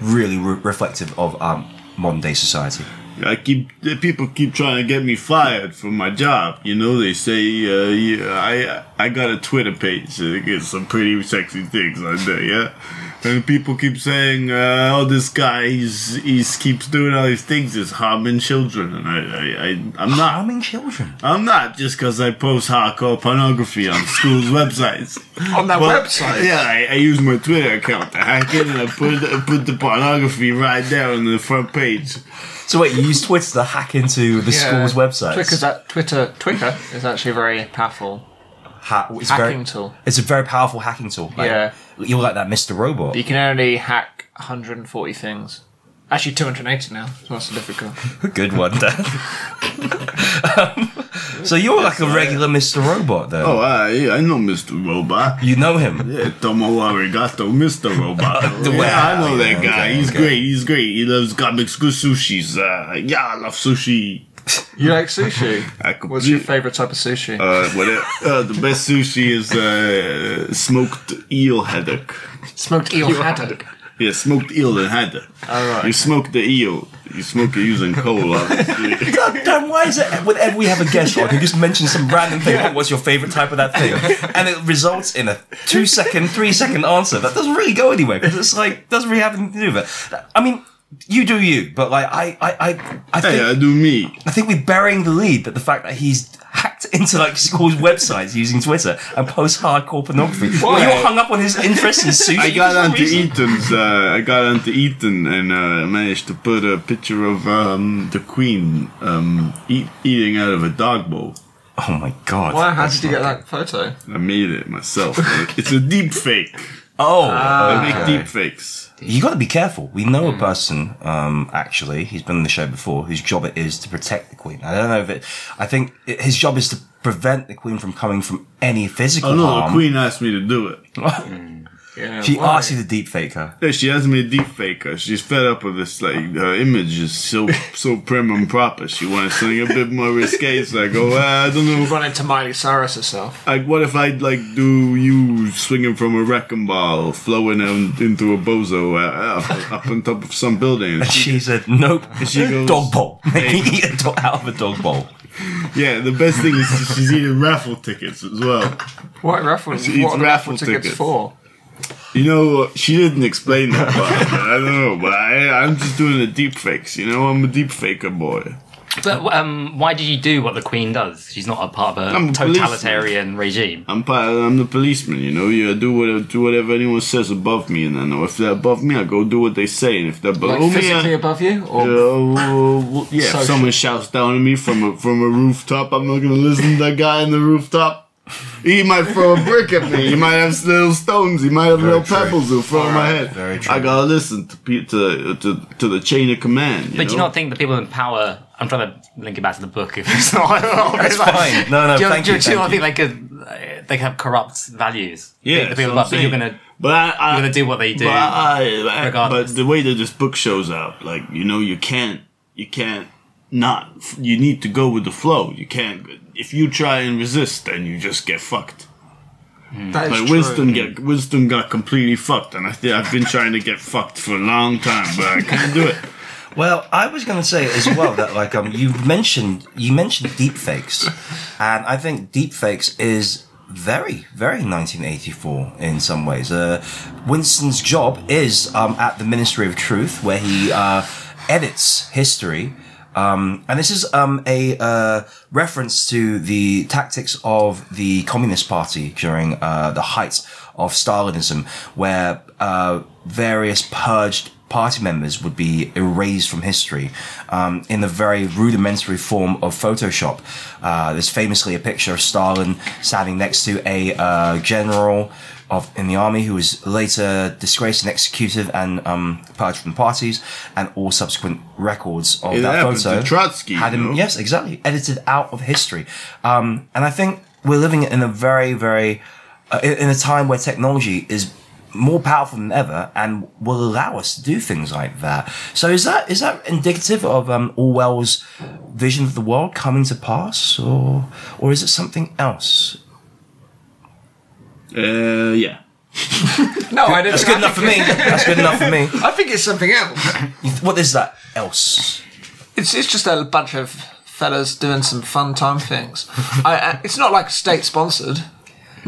S1: really re- reflective of um, modern day society?
S2: I keep the people keep trying to get me fired from my job. You know, they say uh, yeah, I I got a Twitter page that gets some pretty sexy things on there. Yeah, and people keep saying, uh, "Oh, this guy he's he's keeps doing all these things. He's harming children." And I I, I I'm not
S1: Harming children.
S2: I'm not just because I post hardcore pornography on schools' websites.
S5: On that
S2: But-
S5: website.
S2: Yeah, I, I use my Twitter account to hack in and I put I put the pornography right there on the front page.
S1: So wait, you use Twitter to hack into the school's websites?
S5: Twitter's at, Twitter, Twitter is actually very powerful.
S1: Ha- it's
S5: Hacking
S1: very,
S5: tool.
S1: It's a very powerful hacking tool. Like,
S5: Yeah.
S1: you're like that Mr. Robot.
S5: You can only hack 140 things. Actually, 280 now. So that's difficult.
S1: Good one, Dan. um, so you're like a regular Mr. Robot, though.
S2: Oh, I, I know Mr. Robot.
S1: You know him.
S2: Yeah, Tomo Arigato, Mr. Robot.
S1: the way-
S2: yeah, I know that
S1: okay,
S2: guy. He's
S1: okay.
S2: great. He's great. He loves comics, good sushis. Uh, yeah, I love sushi.
S5: You like sushi?
S2: I could
S5: What's your favorite type of sushi?
S2: uh, whatever. Uh, the best sushi is uh, smoked eel haddock.
S5: Smoked eel haddock.
S2: Yeah, smoked eel and haddock. You smoke the eel. You smoke it using coal, obviously.
S1: God damn, why is it whenever we have a guest on, you just mention some random thing, "Oh, what's your favourite type of that thing? And it results in a two second, three second answer. That doesn't really go anywhere because it's like, doesn't really have anything to do with it. I mean, you do you, but like, I, I, I, I think.
S2: hey, uh, I do me.
S1: I think we're burying the lead that the fact that he's hacked into like schools' websites using Twitter and posts hardcore pornography. Well, you're hung up on his interest in sushi.
S2: I got
S1: for some
S2: onto
S1: reason.
S2: Eaton's. Uh, I got onto Eaton and uh, managed to put a picture of um, the Queen um, eat, eating out of a dog bowl.
S1: Oh my god.
S5: Why? How did you get that photo?
S2: I made it myself. it's a deep fake.
S1: Oh,
S2: I
S1: okay.
S2: make deep fakes.
S1: you got to be careful. We know a person, um, actually, he's been on the show before, whose job it is to protect the queen. I don't know if it. I think it, his job is to prevent the queen from coming from any physical
S2: Oh no,
S1: harm.
S2: the Queen asked me to do it.
S5: Yeah,
S1: She
S5: why?
S1: asked you to deep fake her.
S2: Yeah, she has me a deep faker. She's fed up with this. Like her image is so so prim and proper. She wants something a bit more risque. It's like, oh, I don't know. If I,
S5: Run into Miley Cyrus herself.
S2: like, what if I like do you swinging from a wrecking ball, flowing um, into a bozo uh, up, up on top of some building?
S1: And she said, nope.
S2: she goes-
S1: dog bowl. Make me eat a dog out of a dog bowl.
S2: Yeah, the best thing is she's eating raffle tickets as well.
S5: What raffles?
S2: It's- it's
S5: What are the raffle
S2: raffle
S5: tickets
S2: tickets.
S5: for?
S2: You know, she didn't explain that part. but I don't know, but I, I'm just doing the deep fakes. You know, I'm a deep faker boy.
S4: But um, why did you do what the Queen does? She's not a part of a
S2: I'm a
S4: totalitarian regime.
S2: I'm part, I'm the policeman. You know, you do whatever do whatever anyone says above me, and I know if they're above me, I go do what they say, and if they're below
S5: Like
S2: me,
S5: physically
S2: I,
S5: above you, or
S2: Yeah, well, uh, well, yeah, if
S5: Social.
S2: someone shouts down at me from a from a rooftop, I'm not gonna listen to that guy on the rooftop. He might throw a brick at me. He might have little stones. He might have little
S1: true.
S2: pebbles in front of my
S1: Alright,
S2: head.
S1: very true.
S2: I gotta listen to pe- to, to to the chain of command. You
S4: But
S2: know?
S4: do you not think the people in power? I'm trying to link it back to the book. If it's not, that's
S1: fine. No, no,
S4: Do you,
S1: thank
S4: do
S1: you,
S4: Do you not
S1: thank
S4: think they could? uh, They have corrupt values.
S2: Yeah,
S4: the
S2: that's
S4: people
S2: what I'm
S4: above. But you're
S2: saying.
S4: gonna.
S2: But I, I,
S4: You're gonna do what they do,
S2: But, I, I-
S4: regardless.
S2: but the way that this book shows up, like you know, you can't, you can't not. You need to go with the flow. You can't. If you try and resist, then you just get fucked.
S5: that is
S2: Like
S5: true.
S2: wisdom, get wisdom got completely fucked, and I think I've been trying to get fucked for a long time, but I can't do it.
S1: Well, I was going to say as well that like um, you mentioned you mentioned deepfakes, and I think deepfakes is very very 1984 in some ways. Uh, Winston's job is um, at the Ministry of Truth, where he uh, edits history. Um, and this is um, a uh, reference to the tactics of the Communist Party during uh, the height of Stalinism, where uh, various purged party members would be erased from history um, in the very rudimentary form of Photoshop. Uh, there's famously a picture of Stalin standing next to a uh, general of in the army who was later disgraced and executed and um, purged from parties, and all subsequent records of
S2: It
S1: that
S2: happened
S1: photo
S2: to Trotsky,
S1: had him
S2: you know?
S1: yes exactly edited out of history. Um, and I think we're living in a very very uh, in in a time where technology is more powerful than ever and will allow us to do things like that. So is that is that indicative of um, Orwell's vision of the world coming to pass, or or is it something else?
S2: Uh, yeah.
S5: No, I didn't.
S1: That's good enough for me. That's good enough for me.
S5: I think it's something else.
S1: What is that else?
S5: It's it's just a bunch of fellas doing some fun time things. I, I, it's not like state sponsored.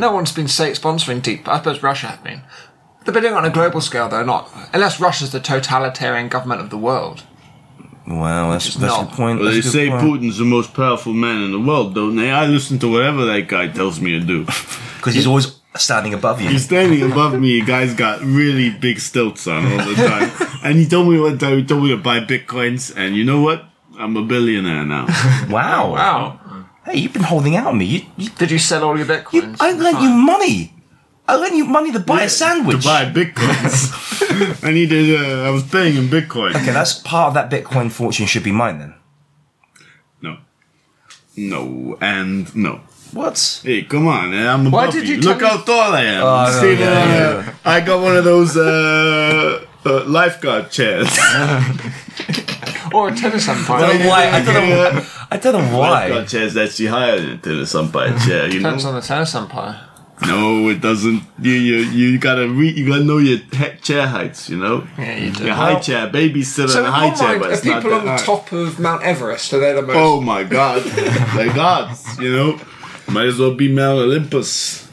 S5: No one's been state sponsoring deep. I suppose Russia have been. They've been doing it on a global scale, though, not unless Russia's the totalitarian government of the world.
S1: Well, that's,
S5: is
S1: that's a
S5: not.
S1: good point.
S2: Well, they
S1: That's a
S2: say
S1: good point.
S2: Putin's the most powerful man in the world, don't they? I listen to whatever that guy tells me to do.
S1: because he's always standing above you.
S2: He's standing above me. The guy's got really big stilts on all the time. And he told me one time, he told me to buy bitcoins. And you know what? I'm a billionaire now.
S1: Wow.
S5: Wow!
S1: Hey, you've been holding out on me. You, you,
S5: Did you sell all your
S1: you
S5: bitcoins?
S1: I lent you money. I lent you money to buy a
S2: to
S1: sandwich.
S2: buy bitcoins. I needed. Uh, I was paying in bitcoin.
S1: okay, that's part of that Bitcoin fortune should be mine then.
S2: No, no, and no.
S1: What?
S2: Hey, come on! eh, I'm
S5: Why
S2: above
S5: did
S2: you.
S5: you
S2: Look
S5: tell me-
S2: how tall I am.
S1: Oh, no,
S2: Standing
S1: yeah,
S2: on
S1: yeah,
S2: a- I got one of those uh, uh, lifeguard chairs.
S5: or a tennis umpire?
S1: don't know why- I don't know-
S2: Yeah.
S1: I don't know why.
S2: Lifeguard chairs that's actually higher than the sampai chair. You know?
S5: Depends on the tennis umpire.
S2: No, it doesn't. You you, you gotta re, you gotta know your he- chair heights. You know.
S5: Yeah, you do. oh
S2: Your high chair, babysitter,
S3: So
S2: and
S3: in
S2: a high
S3: my
S2: chair,
S3: mind,
S2: but
S3: are
S2: it's not
S3: people
S2: that
S3: on the
S2: high.
S3: top of Mount Everest? Are they the most?
S2: Oh my god. They're gods, you know? Might as well be Mount Olympus.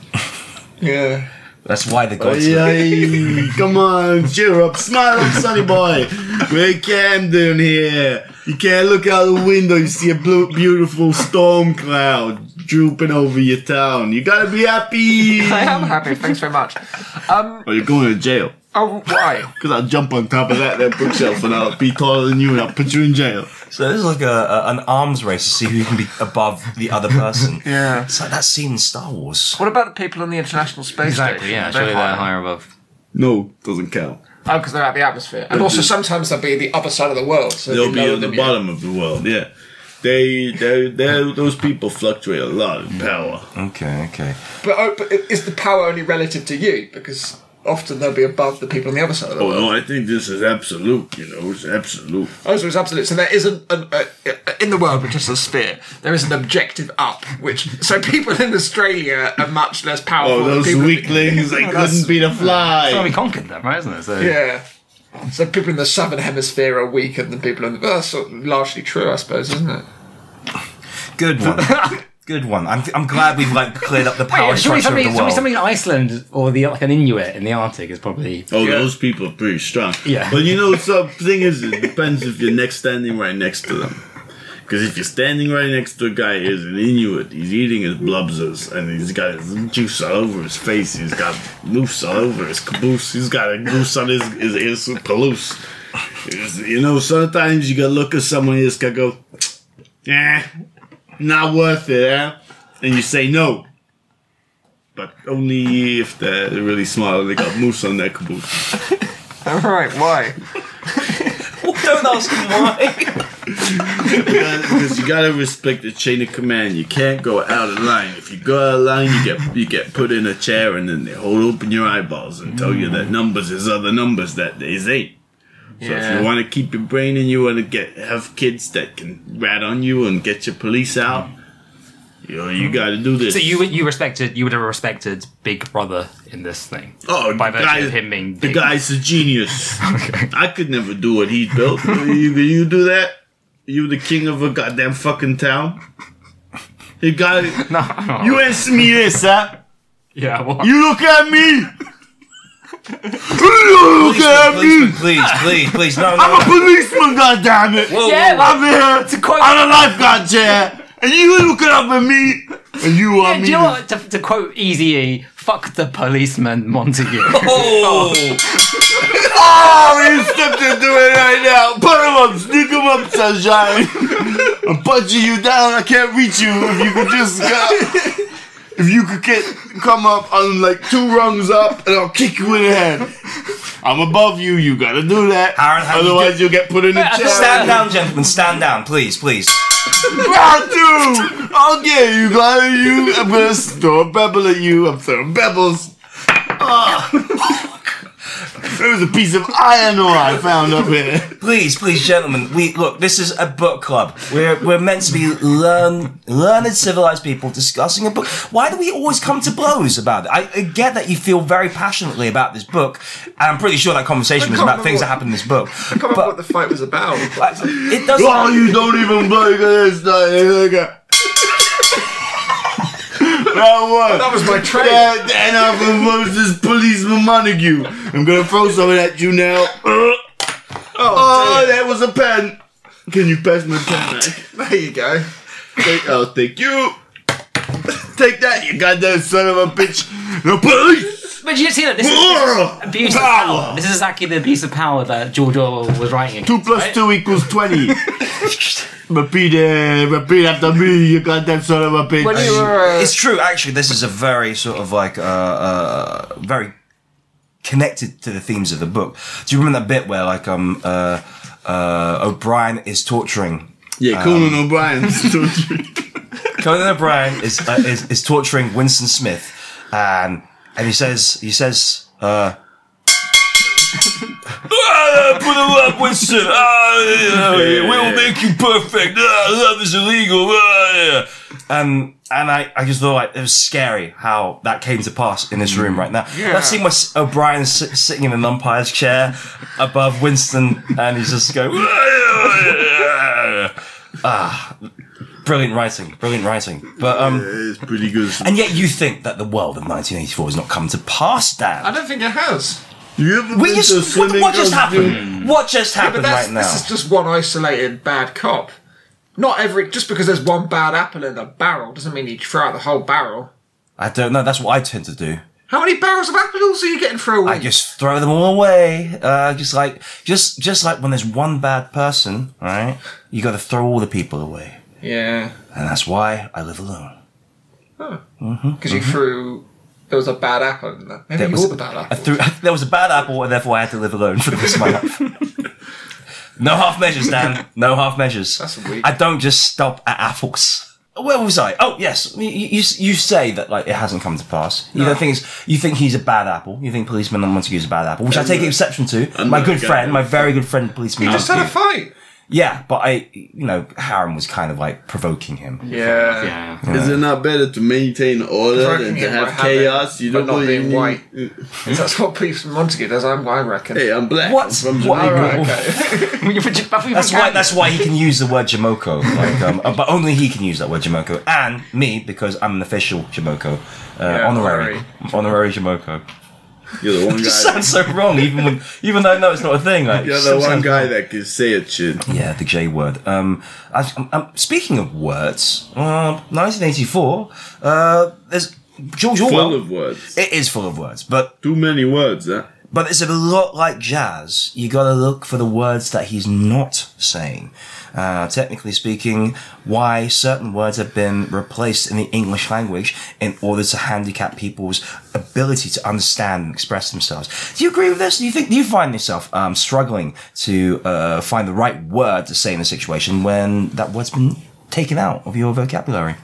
S3: Yeah.
S1: That's why the gods.
S2: Ay, ay, come on, cheer up, smile up, sunny boy. We're Camden here. You can't look out the window, you see a blue, beautiful storm cloud drooping over your town. You gotta be happy.
S5: I am happy. Thanks very much.
S2: Oh, you're going to jail.
S5: Oh, why?
S2: Because I'll jump on top of that, that bookshelf and I'll be taller than you and I'll put you in jail.
S1: So this is like a, a an arms race to see who can be above the other person.
S5: Yeah.
S1: It's like that scene in Star Wars.
S5: What about the people on the International Space
S4: Exactly.
S5: Station?
S4: Yeah.
S5: They're
S4: Surely they're
S5: higher.
S4: higher above.
S2: No, doesn't count.
S5: Oh, because they're out the atmosphere. And
S3: Also, sometimes they'll be the other side of the world. So
S2: They'll be
S3: lower
S2: on the
S3: than you.
S2: bottom of the world. Yeah, they they they those people fluctuate a lot in power.
S1: Okay, okay.
S3: But, oh, but is the power only relative to you? Because often they'll be above the people on the other side of the
S2: Oh,
S3: world.
S2: no, I think this is absolute, you know, it's absolute.
S3: Oh, so it's absolute. So there isn't an, uh, uh, in the world, which is a sphere. There is an objective up, which so people in Australia are much less powerful.
S2: Oh,
S3: than
S2: those
S3: people in-
S2: weaklings, they
S3: that's-
S2: couldn't beat a
S4: Well, we
S2: fly.
S4: conquered them, right? Isn't it? So
S3: Yeah. So people in the southern hemisphere are weaker than people in the. Well, that's sort of largely true, I suppose, isn't it?
S1: Good one. Good one. I'm, I'm glad we've like cleared up the
S4: Wait,
S1: power
S4: surely
S1: structure
S4: somebody,
S1: of the
S4: surely
S1: world.
S4: somebody in Iceland or the like an Inuit in the Arctic is probably
S2: Oh, those people are pretty strong.
S4: Yeah.
S2: But you know, the thing is, it depends if you're next standing right next to them. Because if you're standing right next to a guy who's an Inuit, he's eating his blubzers and he's got his juice all over his face, he's got moose all over his caboose, he's got a goose on his, his, his palouse. It's- You know, sometimes you gotta look at someone and you just gotta go, eh, not worth it, eh? And you say no. But only if they're really smart and they got moose on their caboose.
S3: All right. Why?
S1: Don't ask me why.
S2: because you gotta respect the chain of command. You can't go out of line. If you go out of line, you get you get put in a chair and then they hold open your eyeballs and tell you that numbers is other numbers that is eight. So if you want to keep your brain and you want to get have kids that can rat on you and get your police out, you know, you gotta do this.
S4: So you would- you respected you would have respected Big Brother in this thing.
S2: oh,
S4: by virtue
S2: guy-
S4: of him being
S2: the
S4: big.
S2: guy's a genius. I could never do what he built. you, you do that? You the king of a goddamn fucking town? You got
S4: No,
S2: You ask me this, huh?
S4: yeah, well,
S2: You look at me! you look at
S1: Policeman,
S2: me!
S1: please, please, please, no, no.
S2: I'm a policeman, goddammit!
S1: Whoa,
S4: Yeah,
S1: whoa,
S4: well-
S1: whoa.
S2: I'm here to quote on a lifeguard chair! And you looking up at me! And you
S4: Yeah,
S2: want
S4: do
S2: me
S4: you know
S2: to
S4: what? To, to quote Easy E, "Fuck the policeman, Montague."
S1: Oh,
S2: Oh, you stepped into it right now! Put him up! Sneak him up, sunshine! I'm punching you down, I can't reach you if you could just go. If you could get come up on like two rungs up and I'll kick you in the head. I'm above you, you gotta do that.
S1: Aaron, how you
S2: Otherwise you'll get put in the chair.
S1: stand down, gentlemen, stand down, please, please.
S2: I'll do! I'll get you, got you. I'm gonna throw a pebble at you. I'm throwing pebbles. Ah. there was a piece of iron ore I found up here.
S1: Please, please, gentlemen. We look. This is a book club. We're we're meant to be learn learned, civilized people discussing a book. Why do we always come to blows about it? I, I get that you feel very passionately about this book, and I'm pretty sure that conversation was
S3: can't
S1: about things that
S3: remember what-
S1: happened in this book.
S3: I can't remember what
S1: But
S3: the fight was about.
S1: I- it doesn't.
S2: Oh, you don't even play this guy. That one.
S3: That was my trade.
S2: Yeah, and I'm gonna vote this policeman Montague. I'm gonna throw something at you now. Oh,
S3: dear.
S2: that was a pen. Can you pass me the pen back?
S3: There you go.
S2: Take, oh, thank you. Take that, you goddamn son of a bitch. The police!
S4: But you see that this is,
S2: Ugh.
S4: this is abuse of
S2: Power.
S4: power. This is exactly the abuse of power that George Orwell was writing.
S2: Two plus
S4: right?
S2: two equals twenty. repeat it. Repeat after me, you goddamn son of a bitch.
S5: When you were uh,
S1: It's true. Actually, this is a very sort of like uh, uh, very connected to the themes of the book. Do you remember that bit where like um uh, uh, O'Brien is torturing
S2: yeah, Conan O'Brien's torture.
S1: Conan O'Brien is, uh, is is torturing Winston Smith, and and he says he says. Uh, "Ah, put him up, Winston. Ah, yeah, yeah, we'll make you perfect. Ah, love is illegal. Ah, yeah. And and I, I just thought like, it was scary how that came to pass in this room right now. That scene where S- O'Brien's sit- sitting in an umpire's chair above Winston, and he's just going. "Ah, yeah, yeah, yeah." Ah, Brilliant writing, brilliant writing. But um,
S2: It's pretty good.
S1: and yet you think that the world of 1984 has not come to pass,
S3: I
S1: Dan?
S3: don't think it has.
S2: You ever
S1: We
S2: been to a
S1: just what,
S2: swimming
S1: what just
S2: costume?
S1: happened? What just
S3: But
S1: happened
S3: that's,
S1: right now?
S3: this is just one isolated bad cop. Not every. Just because there's one bad apple in a barrel doesn't mean you throw out the whole barrel.
S1: I don't know. That's what I tend to do.
S3: How many barrels of apples are you getting through a week?
S1: I just throw them all away. Uh, just like just just like when there's one bad person, right? You got to throw all the people away,
S3: Yeah.
S1: and that's why I live alone.
S3: Because you threw. There was a bad apple in there. Maybe
S1: Mm-hmm. There
S3: you're
S1: was,
S3: the bad
S1: I
S3: apple.
S1: threw, there was a bad apple, and therefore I had to live alone for the rest of my life. No half measures, Dan. No half measures.
S3: That's weak.
S1: I don't just stop at apples. Where was I? Oh yes, you, you, you say that like it hasn't come to pass. You don't think it's, you think he's a bad apple. You think policeman Montague is a bad apple, which I
S3: uh,
S1: take exception to. my
S2: not
S1: good
S2: a guy.
S1: friend, my very good friend, policeman
S3: Just had a
S1: Montague.
S3: fight.
S1: Yeah, but I, you know, Harem was kind of like provoking him.
S3: Yeah.
S4: Yeah.
S2: Is it not better to maintain order
S3: Provoking
S2: than to
S3: it by
S2: have
S3: having-
S2: chaos? You
S3: but
S2: don't
S3: not
S2: know you
S3: being
S2: need-
S3: white. That's what Peeps Montague does, I'm, I reckon.
S2: Hey, I'm black.
S1: What?
S2: I'm from
S1: What?
S2: Jamaica.
S1: Alright, That's
S4: That's
S1: why. That's why he can use the word Jamoko, like, um, uh, but only he can use that word Jamoko, and me because I'm an official Jamoko, uh,
S3: Yeah,
S1: honorary, honorary Jamoko.
S2: You're the one
S1: It just
S2: guy.
S1: sounds so wrong, even when, even though I know it's not a thing. Like,
S2: You're
S1: it
S2: the
S1: still
S2: one
S1: sounds-
S2: guy that can say it shit.
S1: Yeah, the J word. Um, I, um, um, speaking of words, uh, 1984. Uh, there's George Orwell.
S2: Full of words.
S1: it is full of words, but
S2: Too many words, huh?
S1: but it's a lot like jazz. You gotta look for the words that he's not saying. Uh, technically speaking, why certain words have been replaced in the English language in order to handicap people's ability to understand and express themselves. Do you agree with this? Do you think do you find yourself um, struggling to uh, find the right word to say in a situation when that word's been taken out of your vocabulary?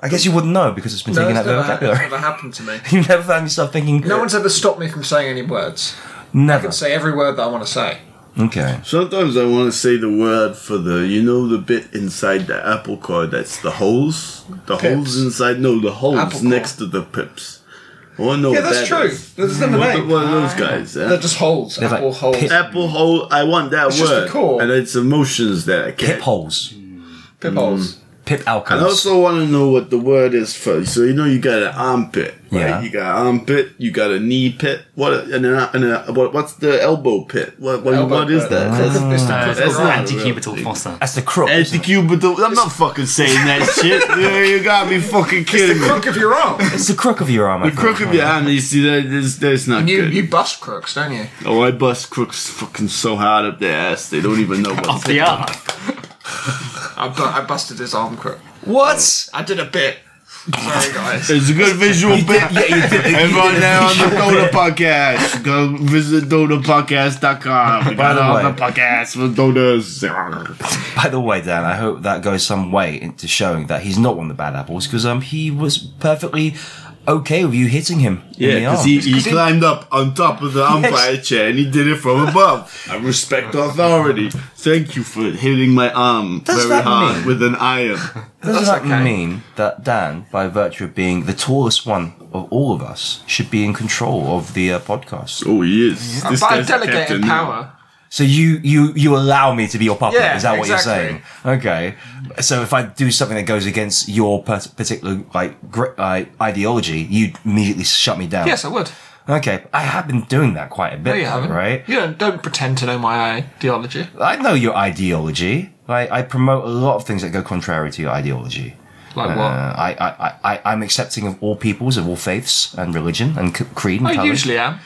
S1: I guess you wouldn't know because it's been
S3: No,
S1: taken
S3: it's
S1: out of your
S3: never, it's
S1: vocabulary.
S3: never happened to me.
S1: You never found yourself thinking.
S3: No one's ever stopped me from saying any words.
S1: never.
S3: I say every word that I want to say.
S1: Okay.
S2: Sometimes I want to say the word for the, you know, the bit inside the apple core that's the holes? The holes inside, no, the holes
S3: Apple core.
S2: next to the pips. I want to know
S3: Yeah,
S2: what
S3: that's
S2: that
S3: true.
S2: is.
S3: There's never
S2: What,
S3: name.
S2: what are those guys? huh?
S3: They're just holes.
S1: like
S3: Mm. Apple holes.
S1: pit-
S2: Apple hole, I want that
S3: It's just the
S2: word.
S3: core.
S2: And it's emotions that I
S1: Pip
S2: can't.
S1: holes.
S3: Pip
S1: Mm.
S3: holes.
S1: Pip
S2: I
S1: alcoves.
S2: also want to know what the word is for. So you know, you got an armpit, right?
S1: Yeah.
S2: You got an armpit. You got a knee pit. What? And, a, and a, what, what's the elbow pit? What? What,
S3: Elbow
S2: what is
S3: pit.
S2: that?
S3: It's- it's the
S4: Uh, it's
S2: That's
S4: called
S2: not
S4: anticubital fossa.
S1: That's the crook.
S2: That's the cubital. I'm not fucking saying that shit. dude. You got me fucking
S3: It's
S2: kidding
S3: the
S2: me.
S3: crook of your arm.
S1: It's the crook of your arm. I
S2: The crook
S1: think.
S2: of your hand, you see that? That's, that's not
S3: You
S2: good.
S3: you bust crooks, don't you?
S2: oh, I bust crooks fucking so hard up their ass they don't even know
S4: Off
S3: Oh,
S2: what.
S4: the arc.
S3: I, bu- I busted his arm crook.
S1: What?
S3: I did a bit. Sorry, guys.
S2: It's a good visual bit. Everyone now on the Dota Podcast. Go visit DotaPodcast.com. We
S1: By
S2: got
S4: Oh,
S1: the
S2: all
S1: way.
S2: the podcasts with Dotas.
S1: By the way, Dan, I hope that goes some way into showing that he's not one of the bad apples because um he was perfectly okay with you hitting him. in the arm.
S2: he climbed up on top of the umpire chair and he did it from above. I respect authority. Thank you for hitting my arm
S1: Does
S2: very
S1: that
S2: hard
S1: mean-
S2: with an iron.
S1: Doesn't
S3: That's
S1: that
S3: okay.
S1: mean that Dan, by virtue of being the tallest one of all of us, should be in control of the uh, podcast?
S2: Oh, he is. This
S5: By
S2: guy's the captain
S5: delegating
S2: now.
S5: power.
S1: So you you you allow me to be your puppet?
S5: Yeah,
S1: is that what
S5: exactly.
S1: you're saying? Okay. So if I do something that goes against your per- particular like gr- like ideology, you immediately shut me down.
S5: Yes, I would.
S1: Okay, I have been doing that quite a bit,
S5: No, you haven't.
S1: right?
S5: You don't, don't pretend to know my ideology.
S1: I know your ideology. Like, I promote a lot of things that go contrary to your ideology.
S5: Like
S1: Uh,
S5: what?
S1: I, I, I- I, I'm accepting of all peoples, of all faiths and religion and c- creed and
S5: I
S1: colours.
S5: Oh, usually am.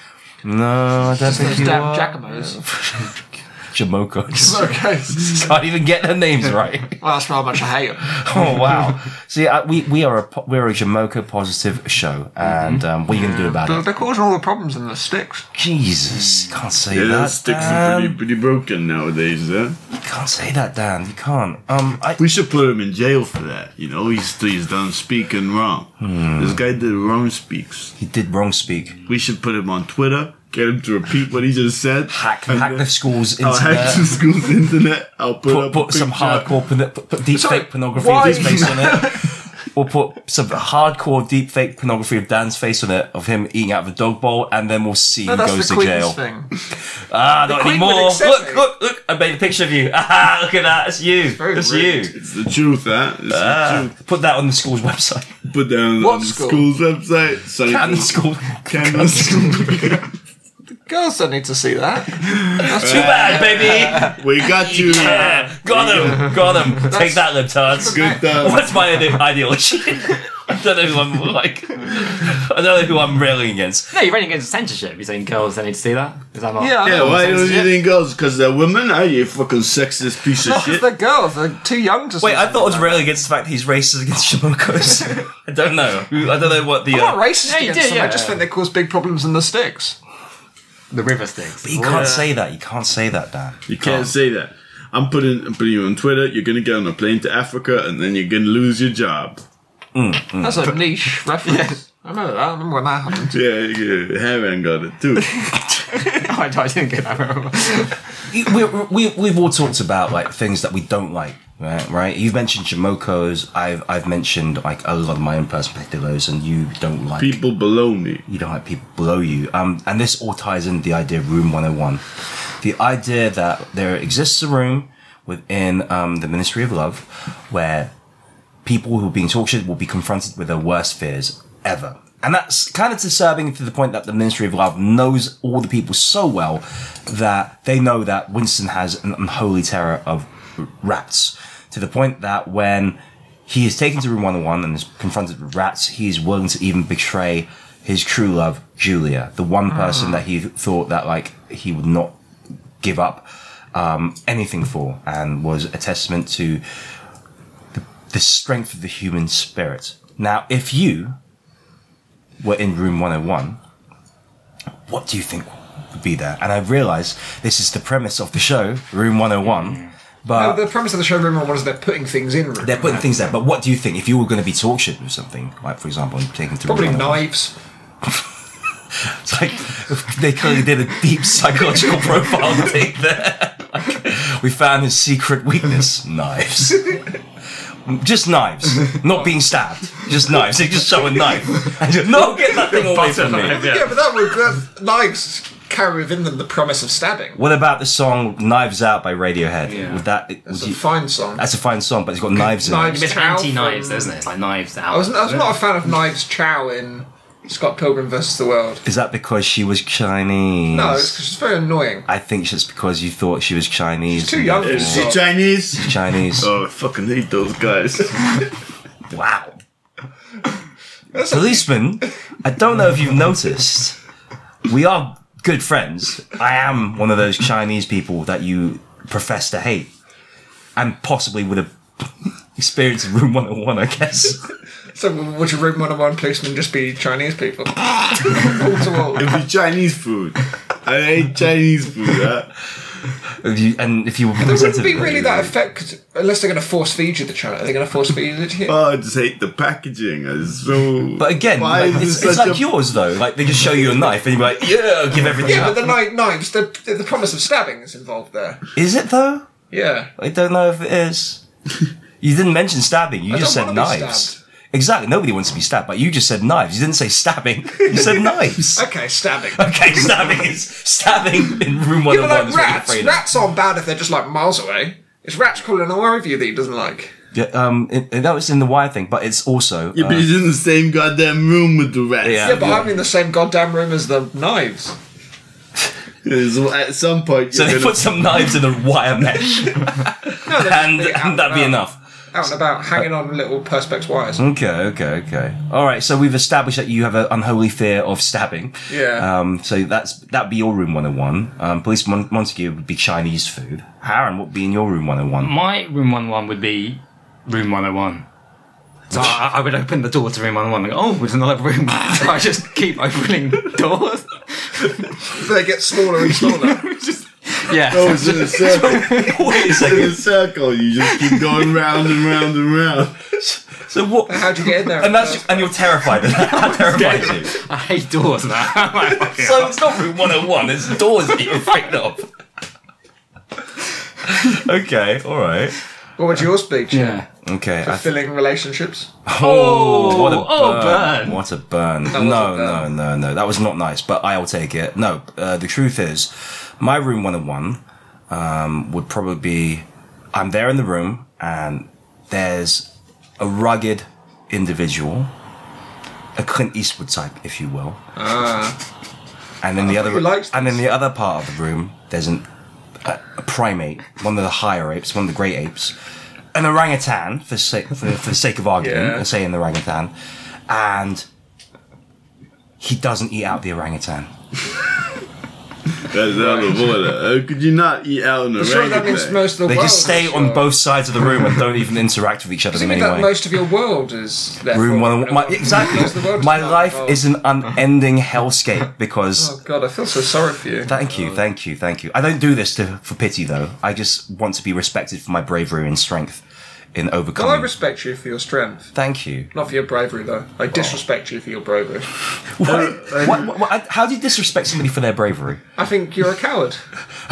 S1: No, I don't think
S5: Those
S1: you
S5: damn
S1: are.
S5: Jacomos.
S1: Jamoko.
S5: Okay.
S1: Can't even get their names right.
S5: Well, that's how much I hate them.
S1: oh wow! See, I, we we are a po- we're a Jamoko positive show, and um, what are you gonna do about
S5: They're,
S1: it?
S5: they're causing all the problems in the sticks.
S1: Jesus, you can't say
S2: Yeah,
S1: that.
S2: those sticks
S1: Dan.
S2: are pretty, pretty broken nowadays, huh?
S1: You can't say that, Dan. You can't. Um, I,
S2: We should put him in jail for that. You know, he's he's done speaking wrong. This guy did wrong speaks.
S1: he did wrong speak.
S2: We should put him on Twitter. Get him to repeat what he just said.
S1: hack,
S2: and
S1: hack
S2: then-
S1: the school's
S2: I'll hack
S1: internet.
S2: the school's internet. I'll put,
S1: Put,
S2: up a
S1: put some
S2: picture.
S1: hardcore porn- put, put deep
S5: Sorry,
S1: fake pornography
S5: why-
S1: of his face on it. Or put some hardcore deep fake pornography of Dan's face on it of him eating out of a dog bowl, and then we'll see
S5: No,
S1: who
S5: that's
S1: goes
S5: the
S1: to
S5: Queen's
S1: jail.
S5: thing.
S1: Ah, not
S3: Queen would
S1: anymore.
S3: accept
S1: Look,
S3: me.
S1: look, look! I made a picture of you. Ah, look at that. It's you.
S3: very
S1: It's
S3: rude.
S1: you.
S2: It's the truth, huh? It's the
S1: Ah,
S2: truth.
S1: put that on the school's website.
S2: Put that on,
S5: What
S2: on the
S5: school?
S2: school's website. Sunny
S1: And the school.
S2: Camden School.
S5: Girls don't need to see that.
S1: Too bad, baby.
S2: we got you.
S1: Yeah, got him. Got him. Take that, libtards.
S2: Good uh,
S1: What's my ide- ideology? I don't know who I'm like. I don't know who I'm railing against.
S4: No, you're running against censorship. You're saying girls don't need to see that? Is that not?
S5: Yeah,
S2: Yeah, why don't you
S5: yeah.
S2: think girls? Because they're women? Are you fucking sexist piece of
S5: No, 'cause
S2: shit?
S5: they're girls. They're too young to.
S1: Wait, I thought I was railing against the fact that he's racist against Shimokos. I don't know. I don't know what the.
S5: I'm not
S1: Uh,
S5: racist
S4: Yeah, you
S5: against
S4: did,
S5: them. I
S4: yeah.
S5: just think they cause big problems in the sticks.
S4: The river sticks.
S1: you can't say that. You can't say that, Dan.
S2: You can't say that. I'm putting I'm putting you on Twitter. You're gonna get on a plane to Africa, and then you're gonna lose your job.
S5: That's a niche reference. I remember that. I remember when that happened.
S2: Yeah, yeah. Heron got it too.
S4: I, I didn't get that. Right.
S1: we, we, we've all talked about like things that we don't like, right? Right? You've mentioned Jamokos. I've I've mentioned like a lot of my own personal particulars, and you don't like
S2: People below me.
S1: you don't like people below you. Um, and this all ties into the idea of Room 101. The idea that there exists a room within um, the Ministry of Love where people who are being tortured will be confronted with their worst fears ever. And that's kind of disturbing to the point that the Ministry of Love knows all the people so well that they know that Winston has an unholy terror of rats. To the point that when he is taken to room 101 and is confronted with rats. He is willing to even betray his true love, Julia, the one person that he thought that like he would not give up um, anything for, and was a testament to the, the strength of the human spirit. Now, if you were in room 101, what do you think would be there? And I realize this is the premise of the show, Room 101, but
S3: Mm. the premise of the showroom one is they're putting things in. oh
S1: they're putting things there. But what do you think if you were going to be tortured with something, like for example, and taken to oh
S3: Probably
S1: Rwanda?
S3: knives.
S1: It's like they clearly did a deep psychological profile thing there. Like, we found his secret weakness: knives. Just knives, not being stabbed. Just knives. They just show a knife. And just, no, get that thing away from me.
S3: Yeah, but that would that, knives carry within them the promise of stabbing.
S1: What about the song "Knives Out" by Radiohead? Would that?
S3: It's
S1: Would
S3: a
S1: you,
S3: fine song.
S1: that's a fine song, but it's got knives in it.
S3: Knives
S4: It's
S3: Out
S4: anti knives,
S3: from-
S4: isn't it? It's like knives out.
S3: I was, I was not a fan of Knives Chow in Scott Pilgrim versus the World.
S1: Is that because she was Chinese?
S3: No, it's 'cause it's very annoying.
S1: I think it's because you thought she was Chinese.
S3: She's too young.
S2: Is she Chinese?
S1: Chinese.
S2: Oh, I fucking hate those guys.
S1: Wow. Policeman, I don't know if you've noticed, we are good friends. I am one of those Chinese people that you profess to hate and possibly would have experienced in Room 101, I guess.
S3: So would your room 101 policeman just be Chinese people? Wall to wall.
S2: It'd be Chinese food. I hate Chinese food. Huh?
S1: If you, and if you were
S3: It
S1: presented
S3: wouldn't be
S1: with
S3: really
S1: it,
S3: that effective unless they're going to force feed you the China. Are they going to force feed it to you?
S2: Oh, I just hate the packaging. It's so.
S1: But again,
S3: oh
S2: Why
S1: like,
S2: is
S1: it's,
S2: this
S1: it's
S2: such
S1: like
S2: a-
S1: yours though. Like they just show you a knife and you're like, yeah, I'll give everything
S3: yeah, but
S1: up.
S3: the knife, knives, the, the promise of stabbing is involved there.
S1: Is it though?
S3: Yeah.
S1: I don't know if it is. You didn't mention stabbing. You
S3: I
S1: just
S3: don't
S1: said
S3: wanna be
S1: knives.
S3: stabbed.
S1: Exactly. Nobody wants to be stabbed, but you just said knives. You didn't say stabbing. You said knives.
S3: Okay, stabbing.
S1: Okay, stabbing is stabbing in room one
S3: People
S1: one.
S3: like rats. Rats aren't bad if they're just like miles away. It's rats crawling all over you that he doesn't like.
S1: Yeah, um, it, it- that was in the wire thing, but it's also
S2: Yeah,
S1: uh,
S2: but he's in the same goddamn room with the rats.
S1: Yeah.
S3: Yeah, but I'm in the same goddamn room as the knives.
S2: So at some point,
S1: so they
S2: you're gonna
S1: put some knives in a wire mesh,
S3: No, they're
S1: and,
S3: just out
S1: and that'd be
S3: and about-
S1: enough.
S3: Out and about, hanging on little perspex wires.
S1: Okay, okay, okay. All right. So we've established that you have an unholy fear of stabbing.
S3: Yeah.
S1: Um. So that's that'd be your room one hundred and one. Um. Police Mon- Montague would be Chinese food. Haran, what would be in your room one hundred and one?
S4: My room 101 would be room 101. So I, I would open the door to room 101 and go, oh, there's another room. So I just keep opening doors.
S3: They get smaller and smaller.
S4: just, yeah.
S2: goes Oh, in a circle.
S1: Wait a
S2: in a
S1: second.
S2: circle, you just keep going round and round and round.
S1: So what?
S3: How'd you get in there?
S1: And that's and you're terrified of that. That terrifies you.
S4: I hate doors, man. I'm like, fucking
S1: So it's not room one hundred and one. It's doors that you're afraid of. okay. All right.
S3: What would yours be? Jim?
S4: yeah.
S1: Okay. I th-
S3: Fulfilling relationships.
S1: oh, what a burn.
S4: oh, burn.
S1: What a burn.
S3: was
S1: No,
S3: a burn.
S1: no, no, no. That was not nice, but I'll take it. No, uh, the truth is, my room 101 um, would probably be I'm there in the room, and there's a rugged individual, a Clint Eastwood type, if you will. and then the other,
S3: who Ah. likes
S1: and then the other part of the room, there's an, a, a primate, one of the higher apes, one of the great apes, an orangutan for sake for, for the sake of argument,
S3: Yeah.
S1: say an orangutan, and he doesn't eat out the orangutan.
S2: That's out of order. How Uh, could you not eat out in a
S3: Sure, that means
S2: regular?
S3: most of the
S1: They
S3: world.
S1: just stay
S3: is,
S1: on
S3: uh,
S1: both sides of the room and don't even interact with each other
S3: Does it
S1: in
S3: mean
S1: any
S3: that
S1: way.
S3: most of your world is therefore
S1: room one. My,
S3: involved? Most of the
S1: exactly.
S3: world
S1: My
S3: not
S1: life
S3: involved.
S1: is an unending hellscape because.
S3: Oh god, I feel so sorry for you.
S1: Thank you, thank you, thank you. I don't do this to, for pity, though. I just want to be respected for my bravery and strength in
S3: Well, I
S1: overcoming.
S3: respect you for your strength,
S1: thank you.
S3: not for your bravery though.
S1: Oh.
S3: I disrespect you for your bravery.
S1: Why- why- why- how do you disrespect somebody for their bravery?
S3: I think you're a coward.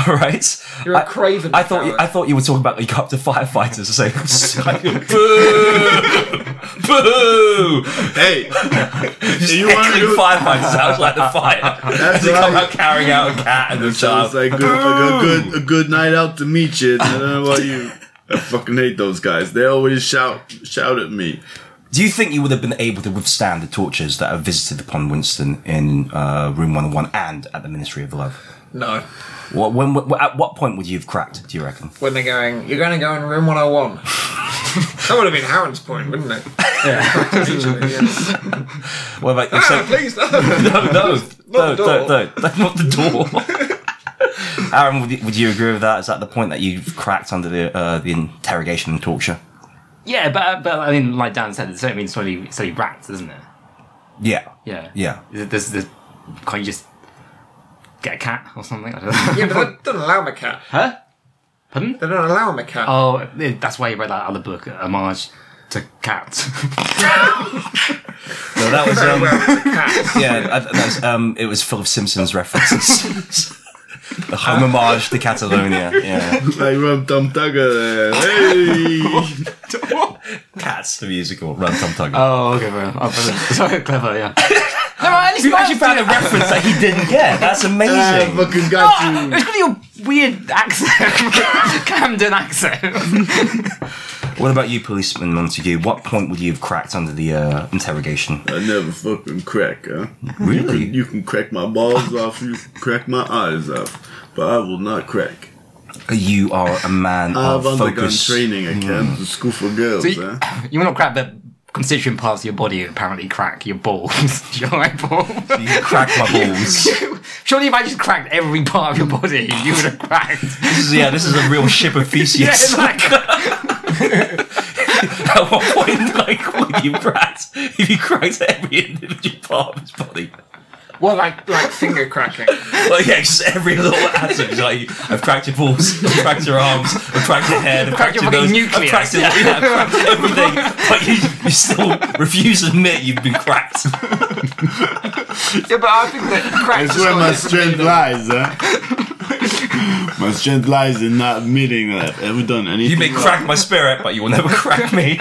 S1: All right,
S3: You're a
S1: I-
S3: craven
S1: I thought you,
S3: coward.
S1: I thought you were talking about like, you go up to firefighters and say, "Boo, boo!"
S2: Hey,
S1: Just
S2: You wanna
S1: heckling
S2: do-
S1: firefighters out like the fire.
S2: that's
S1: They come
S2: right.
S1: out carrying out a cat and a
S2: Sounds
S1: child.
S2: like, good, like a good a good night out to meet you. I don't know about you. I fucking hate those guys. They always shout shout at me.
S1: Do you think you would have been able to withstand the tortures that are visited upon Winston in uh, Room 101 and at the Ministry of Love?
S3: No.
S1: What, when, what, at what point would you have cracked, do you reckon?
S3: When they're going, you're going to go in room 101. that would have been Howard's point, wouldn't it? Yeah.
S1: What about if
S3: ah,
S1: so-
S3: please, no.
S1: No, no, no,
S3: Not the
S1: no,
S3: door.
S1: no, not the door. Aaron, would you, would you agree with that? Is that the point that you've cracked under the, uh, the interrogation and torture?
S4: Yeah, but but I mean, like Dan said, it's certainly means slowly slowly racked, doesn't it?
S1: Yeah.
S4: Yeah.
S1: Yeah.
S4: There's, there's, can't you just get a cat or something? I don't know.
S3: yeah, but they don't allow him a cat.
S4: Huh? Pardon?
S3: They don't allow him a
S1: Ah.
S3: cat.
S4: Oh, that's why you read that other book, uh, Homage to Cats.
S1: No, that was,
S3: Very
S1: um,
S3: well, it's a cat.
S1: yeah, I- that was, um, it was full of Simpsons references. the homage to Catalonia. Yeah.
S2: Like Rum Tum Tugger there. Hey!
S1: Cats, the musical, Run Tum Tugger.
S3: Uh,
S4: oh, okay, well, oh, brilliant. so clever, yeah.
S5: No, at least
S1: You actually found a reference that he didn't get. That's
S3: uh,
S2: I
S1: amazing.
S2: fucking got
S4: Ah, It's
S2: you.
S4: because of your weird accent, Camden accent.
S1: what about you, policeman Montague? What point would you have cracked under the uh, interrogation?
S2: I never fucking crack, huh?
S1: Really?
S2: You can crack my balls off, you can crack my eyes off, but I will not crack.
S1: You are a man
S2: I've
S1: of
S2: undergone
S1: Oh, focus.
S2: training again. It's a school for girls,
S4: So you,
S2: huh?
S4: you want to crack the constituent parts of your body apparently crack your balls, your eyeball.
S1: You crack my balls.
S4: Surely if I just cracked every part of your body, you would have cracked.
S1: This is, yeah, this is a real ship of
S4: Yeah,
S1: Theseus.
S4: it's like,
S1: At what point, like, would you cracked? If you cracked every individual part of his body,
S3: well, like, like finger cracking.
S1: like, yeah, just every little atom. It's Like, I've cracked your balls, I've cracked your arms, I've cracked your head, I've
S4: Cracked
S1: cracked
S4: your
S1: your nose,
S4: fucking nucleus.
S1: I've cracked, your, yeah, I've cracked everything. But you, you still refuse to admit you've been cracked.
S5: Yeah, but I think that cracks
S2: That's
S5: is
S2: where
S5: not
S2: my
S5: different
S2: strength
S5: meaning.
S2: lies, huh? my strength lies in not admitting that I've ever done anything.
S1: You may
S2: wrong.
S1: crack my spirit, but you will never crack me.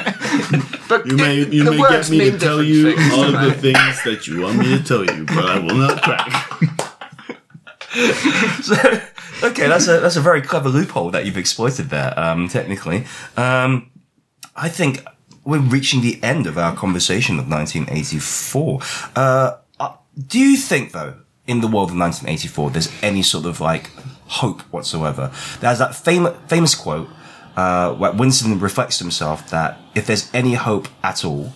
S5: But
S2: You may,
S5: it-
S2: you
S5: the
S2: may
S5: words
S2: get me to
S5: mean
S2: tell
S5: different
S2: you
S5: things,
S2: all
S5: don't
S2: of the
S5: they?
S2: things that you want me to tell you, but I will not crack.
S1: okay, that's a that's a very clever loophole that you've exploited there. Um, technically, um, I think we're reaching the end of our conversation of 1984. Uh, uh, do you think though, in the world of 1984, there's any sort of like hope whatsoever? There's that famous famous quote uh, where Winston reflects to himself that if there's any hope at all,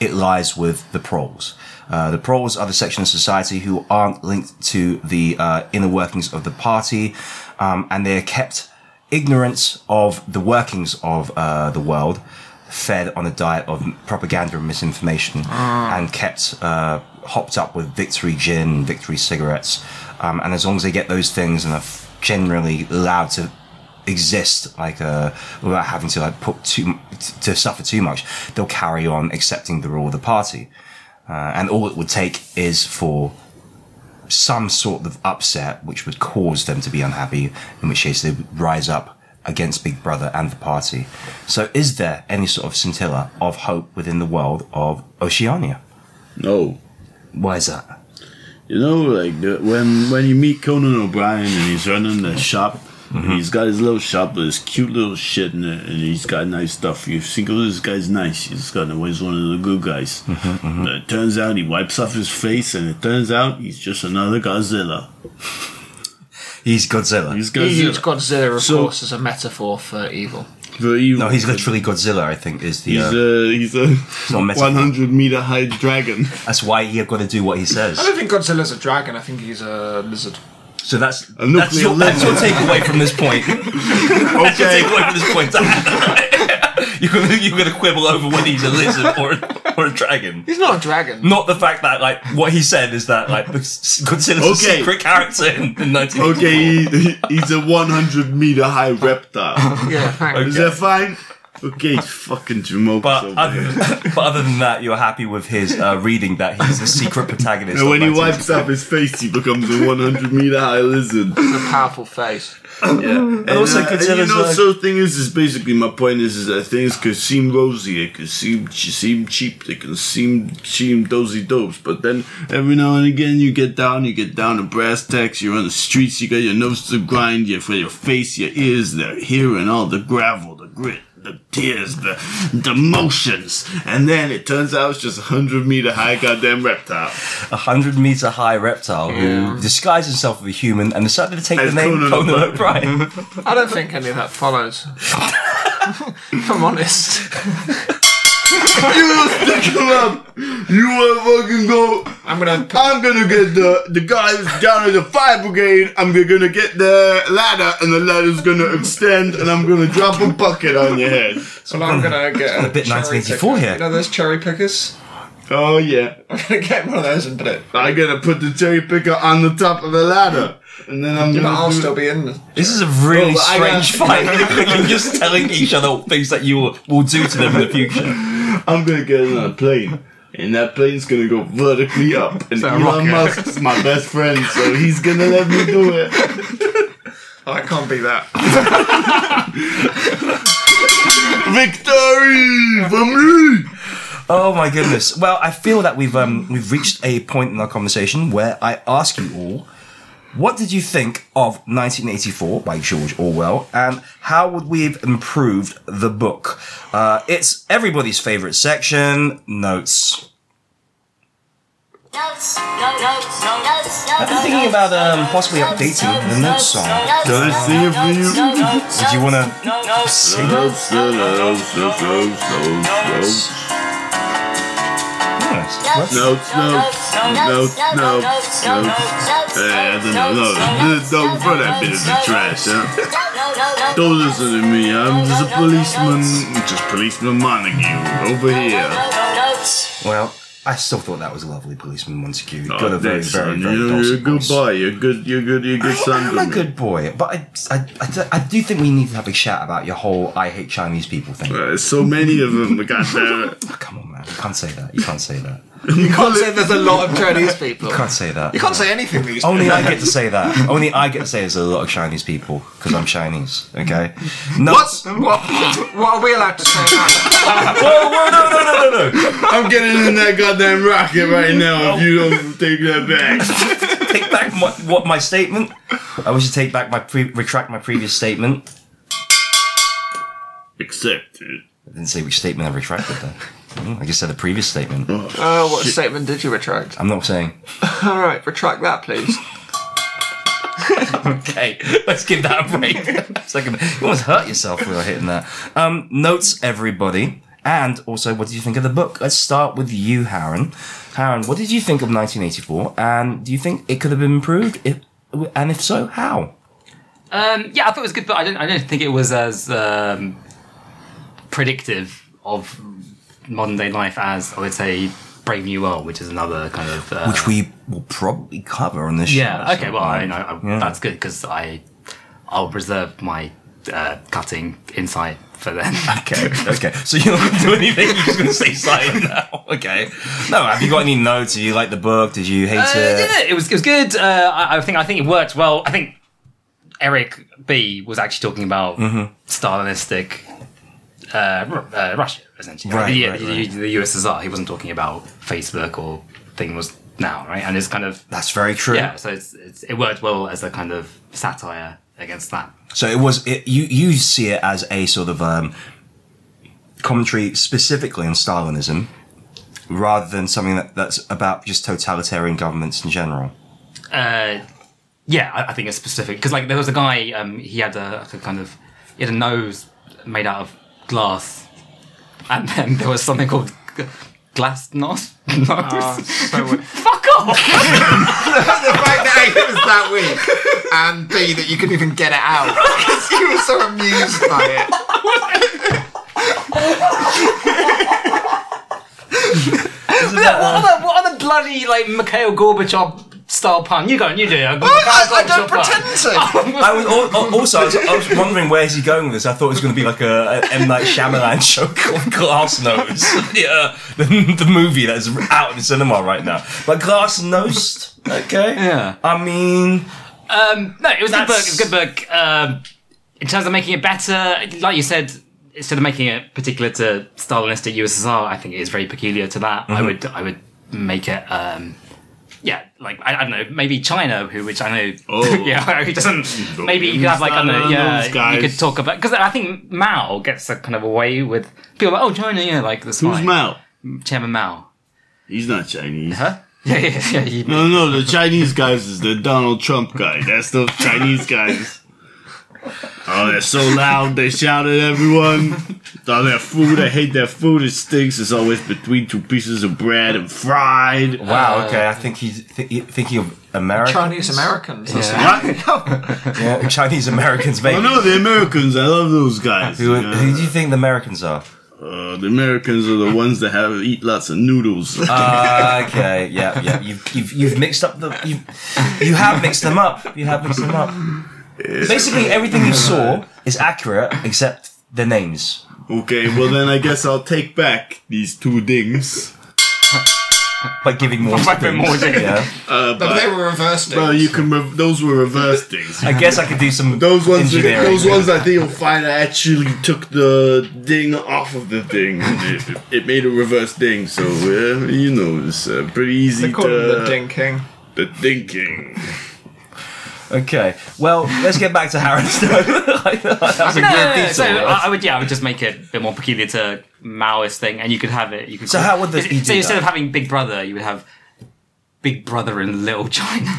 S1: it lies with the proles. Uh, the proles are the section of society who aren't linked to the uh, inner workings of the party, um, and they are kept ignorant of the workings of uh, the world, fed on a diet of propaganda and misinformation, and kept uh, hopped up with victory gin, victory cigarettes. Um, and as long as they get those things and are f- generally allowed to exist like uh without having to like put too m- t- to suffer too much they'll carry on accepting the rule of the party uh, and all it would take is for some sort of upset which would cause them to be unhappy in which case they would rise up against big brother and the party so is there any sort of scintilla of hope within the world of oceania
S2: No.
S1: why is that
S2: You know, like the, when when you meet Conan O'Brien and he's running the shop,
S5: Mm-hmm.
S2: and he's got his little shop with his cute little shit in it, and he's got nice stuff. You think, oh, this guy's nice. He's got always one of the good guys.
S5: Mm-hmm,
S2: But it turns out he wipes off his face, and it turns out he's just another Godzilla.
S1: he's godzilla
S2: He's
S5: You
S2: Godzilla.
S5: use Godzilla, of
S2: So-
S5: course, as a metaphor for evil.
S2: For evil.
S1: no he's literally godzilla i think is the
S2: He's
S1: uh,
S2: a he's a
S1: not a metaphor.
S2: 100 meter high dragon.
S1: that's why he got to do what he
S3: I
S1: says
S3: don't think Godzilla's a dragon, I think he's a lizard.
S1: So that's
S2: A nuclear
S1: that's your, that's your takeaway from this point. That's your
S2: Okay.
S1: takeaway from this point. you're gonna you're gonna quibble over whether he's a lizard or a, or a dragon.
S5: He's not a dragon.
S1: Not the fact that like what he said is that like considered a
S2: Okay.
S1: secret character in, in 19.
S2: Okay, he, he's a 100 meter high reptile.
S5: Yeah, thanks.
S2: Is that fine? Okay, he's fucking Jamoke
S1: But
S2: over
S1: other,
S2: here.
S1: but other than that, you're happy with his uh, reading that he's the secret protagonist.
S2: And
S1: of
S2: when he
S1: 19.
S2: wipes up his face, he becomes a 100 meter high lizard.
S5: It's a powerful face.
S1: and also
S2: And, uh, and
S1: considers
S2: you know,
S1: like-
S2: so thing is, is basically my point is, is that things can seem rosy, it can seem ch- seem cheap, they can seem seem dozy dopes, but then every now and again you get down, you get down to brass tacks, you're on the streets, you got your nose to grind, your for your face, your ears, they're hearing all the gravel, the grit. The tears, the the motions, and then it turns out it's just a hundred meter high goddamn reptile.
S1: a hundred meter high reptile who disguises himself as a human and decided to take
S2: As
S1: the name
S2: Conan
S1: Conan, O'Brien.
S5: I don't think any of that follows. if I'm honest.
S2: You will stick around. You will fucking go.
S3: I'm gonna.
S2: I'm gonna get the the guys down at the fire brigade. I'm gonna get the ladder, and the ladder's gonna extend, and I'm gonna drop a bucket on your head.
S3: Well, I'm gonna get a,
S1: bit
S3: cherry
S1: 1984
S3: picker.
S1: here.
S3: You know those cherry pickers?
S2: Oh yeah,
S3: I'm gonna get one of those and put it.
S2: I'm gonna put the cherry picker on the top of the ladder, and then I'm
S3: But
S2: gonna.
S3: I'll
S2: do-
S3: still be in.
S1: This is a really
S2: Well, I
S1: strange fight. You're just telling each other things that you will, will do to them in the future.
S2: I'm gonna get on a plane. And that plane's gonna go vertically up. And
S4: that a
S2: Elon
S4: rocket?
S2: Musk's my best friend, so he's gonna let me do it.
S3: Oh, I can't be that.
S2: Victory for me!
S1: Oh my goodness. Well, I feel that we've um, we've reached a point in our conversation where I ask you all, what did you think of 1984 by George Orwell, and how would we have improved the book? Uh, it's everybody's favorite section, notes.
S6: I've
S1: been thinking about, um, possibly updating the notes song.
S2: Can I sing it for you?
S1: Do you wanna sing? Yes. What?
S2: Notes, notes, notes, notes, notes. Eh, I don't know. No, don't throw that bit in the trash, huh? Don't listen to me. I'm just a policeman. Just policeman Montague over here.
S1: Well, I still thought that was a lovely policeman once again.
S2: Oh,
S1: Got a very,
S2: thanks,
S1: very,
S2: son.
S1: very
S2: You're, you're a
S1: dulcet
S2: good
S1: voice.
S2: boy. You're good. You're good. You're a good son.
S1: I'm
S2: to
S1: a
S2: me.
S1: good boy, but I, I, I, do- I do think we need to have a chat about your whole "I hate Chinese people" thing. Ah,
S2: Uh, so many of them. Goddamn it.
S1: Come on, man, you can't say that. You can't say that.
S5: You can't say there's a lot of Chinese people.
S1: You can't say that.
S5: You can't say anything these days.
S1: Only I get to say that. Only I get to say there's a lot of Chinese people because I'm Chinese. Okay. No.
S5: What, what are we allowed to say now?
S1: Whoa, whoa, no, no, no, no, no!
S2: I'm getting in that goddamn rocket right now. If you don't take that back,
S1: Take back my, what my statement. I wish to take back my pre- retract my previous statement.
S2: accept it.
S1: Didn't say which statement I retracted though. Mm, I just said the previous statement.
S5: Uh, what statement did you retract?
S1: I'm not saying.
S5: All right, retract that, please.
S1: Okay, let's give that a break. It's like a- you almost hurt yourself when you're hitting that. Um, notes, everybody, and also, what did you think of the book? Let's start with you, Haran. Haran, what did you think of 1984? And do you think it could have been improved? If, and if so, how?
S4: Um, yeah, I thought it was good, but I don't. I don't think it was as um, predictive of modern day life as I would say Brave New World, which is another kind of uh,
S1: Which we will probably cover on this show.
S4: yeah.
S1: at
S4: Okay,
S1: some
S4: well, I,
S1: point.
S4: know I,
S1: Yeah.
S4: that's good because I I'll reserve my uh, cutting insight for then. Uh,
S1: Okay, okay. So you're not going to do anything. You're just going to say silent now. Okay. No, have you got any notes? Did you like the book? Did you hate
S4: Uh,
S1: it?
S4: yeah, it was it was good. Uh, I, I think I think it worked well. I think Eric B was actually talking about
S1: Mm-hmm.
S4: Stalinistic uh, Ru- uh, Russia essentially,
S1: Right,
S4: the,
S1: right,
S4: the,
S1: right.
S4: the USSR. He wasn't talking about Facebook or thing was now right, and it's kind of
S1: That's very true.
S4: yeah. So it's, it's it worked well as a kind of satire against that.
S1: So it was it, you you see it as a sort of um, commentary specifically on Stalinism, rather than something that, that's about just totalitarian governments in general.
S4: uh, yeah, I, I think it's specific because like there was a guy, um, he had a, a kind of he had a nose made out of glass, and then there was something called g- glass nos nose.
S3: Ah,
S5: so weird.
S4: Fuck
S3: the fact that A, it was that weak, and B, that you couldn't even get it out because you were so amused by it.
S4: What other, what other bloody like Mikhail Gorbachev style pun? You go and you do it.
S3: I, I don't pretend to.
S1: I was al- al- also I was, I was wondering where is he going with this. I thought it was going to be like a, a M Night Shyamalan show called Glass Nose, the, uh, the, the movie that is out in the cinema right now. But Glass Nose, okay.
S4: Yeah.
S1: I mean,
S4: Um, no, it was a good
S1: That's-
S4: book. It was a good book. Um, in terms of making it better, like you said, instead of making it particular to Stalinistic USSR, I think it is very peculiar to that.
S2: Mm-hmm.
S4: I would, I would make it. Um, yeah, like I, I don't know, maybe China, who which I know,
S2: Oh.
S4: yeah, who doesn't.
S2: Don't
S4: Maybe you
S2: get me
S4: could have like I don't know,
S2: started on
S4: yeah,
S2: those guys.
S4: you could talk about because I think Mao gets a kind of away with people are like oh China, yeah, like the
S2: Who's Mao?
S4: Chairman Mao,
S2: He's not Chinese.
S4: huh? Yeah, yeah, yeah. he-
S2: No, no, the Chinese guys is the Donald Trump guy. That's those Chinese guys. Oh, they're so loud. They shout at everyone. Oh, their food. I hate their food. It stinks. It's always between two pieces of bread and fried.
S1: wow. Okay, I think he's th- thinking of America.
S5: Chinese Americans. that's
S4: Yeah.
S2: What?
S1: yeah, Chinese Americans, maybe.
S2: Oh, no, the Americans. I love those guys.
S1: Who,
S2: Yeah.
S1: who do you think the Americans are?
S2: Uh, the Americans are the ones that have eat lots of noodles.
S1: Uh, okay, yeah, yeah. You've, you've, you've mixed up the. You've, you have mixed them up. You have mixed them up. Basically, everything you saw is accurate except the names.
S2: okay, well then I guess I'll take back these two dings.
S1: By giving more.
S4: By giving
S1: things,
S4: more things.
S1: Yeah.
S2: Uh,
S3: But
S2: but-
S3: they were reversed.
S2: well,
S3: it.
S2: you can. Re- those were reverse dings.
S1: I guess I could do some.
S2: Those ones,
S1: engineering.
S2: those ones, I think you'll find I actually took the ding off of the thing. It, it made a reverse ding, so uh, you know it's uh, pretty easy
S3: they
S2: to
S3: called him the Dinking.
S2: the thinking.
S1: Okay. Well, let's get back to Harry Stone. that was a
S4: No,
S1: good
S4: no, no,
S1: piece
S4: so uh,
S1: of work.
S4: I, I would, yeah, I would just make it a bit more peculiar to Maoist thing, and you could have it. You could.
S1: So how would this be
S4: So
S1: do
S4: instead
S1: that?
S4: of having Big Brother, you would have Big Brother in Little China.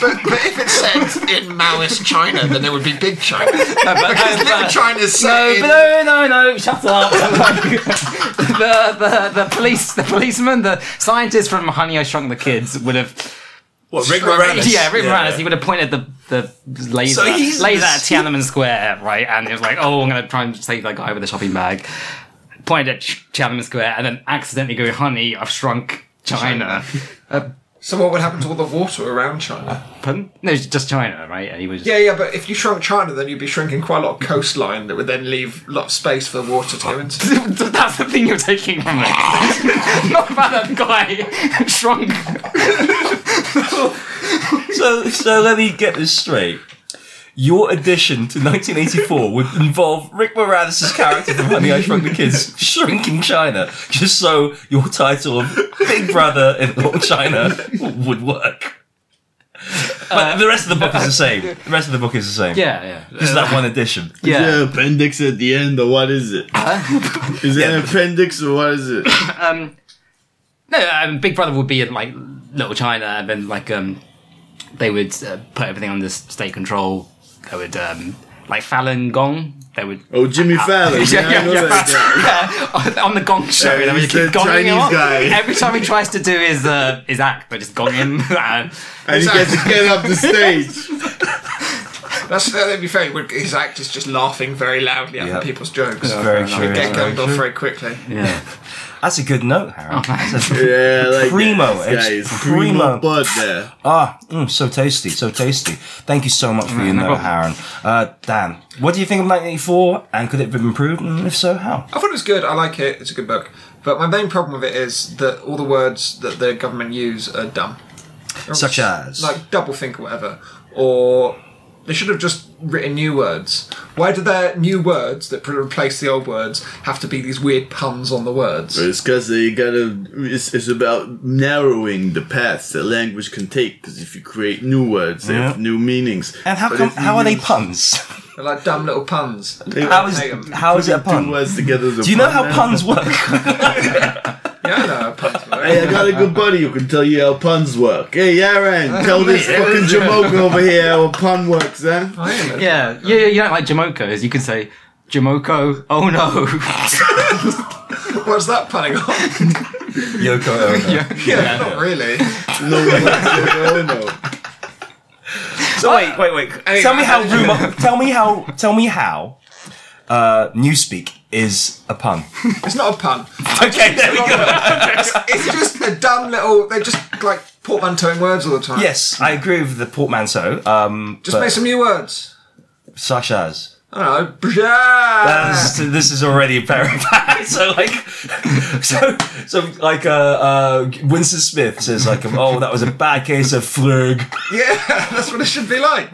S3: But, but if it's set in Maoist China, then there would be Big China. because Little China's set in...
S4: no, no, no! Shut up! the, the the police, the policeman, the scientist from Honey I Shrunk the Kids would have.
S1: What,
S3: Rick Moranis?
S4: Yeah, Rick
S1: Yeah,
S4: Moranis.
S1: yeah.
S4: He would have pointed the the laser
S1: So he's-
S4: laser at Tiananmen Square, right? And he was like, "Oh, I'm gonna try and save that guy with a shopping bag." Pointed at Ch- Tiananmen Square, and then accidentally go, "Honey, I've shrunk China."
S3: So what would happen to all the water around China?
S4: Pardon? No, it's just China, right? And he was.
S3: Yeah, yeah, but if you shrunk China, then you'd be shrinking quite a lot of coastline that would then leave a lot of space for water to go into.
S4: That's the thing you're taking from it. Not about that guy shrunk.
S1: So, so let me get this straight. Your addition to 1984 would involve Rick Moranis' character from Honey I Shrunk the Kids shrinking China, just so your title of Big Brother in Little China would work. But the rest of the book is the same. The rest of the book is the same.
S4: Uh, Yeah, yeah.
S1: Just that one addition.
S2: Is there
S4: Yeah.
S2: an appendix at the end, or what is it? Is there an appendix, or what is it?
S4: No, um, Big Brother would be in like Little China, and then like um, they would uh, put everything under s- state control. They would um, like Falun Gong. They would.
S2: Oh, Jimmy
S4: Ah.
S2: Fallon. Yeah, I know that guy.
S4: yeah. On the Gong show,
S2: Yeah,
S4: they would
S2: he's
S4: keep
S2: the
S4: gonging him
S2: Chinese
S4: off.
S2: guy.
S4: Every time he tries to do his uh, his act, they just gong him. Uh, And-
S2: And he gets to get up the stage.
S3: That's that'd be fair. he would- His act is just laughing very loudly at
S1: Yeah.
S3: people's jokes.
S1: Very curious.
S3: Get gunned off very quickly.
S4: yeah.
S1: That's a good note,
S4: Oh,
S1: Harold. That's a-
S2: Yeah, like
S1: Primo,
S2: This guy
S1: it's
S2: is primo,
S1: primo.
S2: bud there.
S1: Ah, mm, so tasty, so tasty. Thank you so much for your note,
S4: Mm, problem.
S1: Harold. Uh, Dan, what do you think of 1984, and could it have been improved? And if so, how?
S3: I thought it was good. I like it. It's a good book. But my main problem with it is that all the words that the government use are dumb.
S1: Such as?
S3: like doublethink or whatever, or they should have just written new words. Why do their new words that pre- replace the old words have to be these weird puns on the words?
S2: It's because they gotta. It's, it's about narrowing the paths that language can take. Because if you create new words, they have
S1: Yeah.
S2: new meanings.
S1: And how
S2: But
S1: come?
S2: if you
S1: How are they
S2: use-
S1: puns?
S3: They're like dumb little puns.
S1: How is
S3: Hate 'em.
S1: how is it a
S2: Two
S1: pun?
S2: words together. is a
S1: Do you know
S2: pun
S1: how
S2: now?
S1: puns work?
S3: Yeah, I know how puns work.
S2: Hey, I got a good buddy who can tell you how puns work. Hey, Aaron, tell this fucking Jamoke over here how a pun works, eh?
S3: I am.
S4: Yeah, yeah, you don't like Jamocos. You can say Jamoco. Oh no!
S3: What's that punning on?
S1: Yoko Ono.
S3: yeah, not really.
S2: No way. no, no.
S1: So wait, wait, wait. tell me how rumor. tell me how. Tell me how. Uh, newspeak is a pun.
S3: It's not a pun.
S1: Okay, there we go.
S3: It's just a dumb little. They just like portmanteauing words all the time.
S1: Yes, I agree with the portmanteau. Um,
S3: Just make some new words.
S1: such as.
S3: I don't know. Yeah.
S1: As- this is already a pair of bad. So like, so so like uh, uh, Winston Smith says like, oh, that was a bad case of flug.
S3: yeah, that's what it should be like.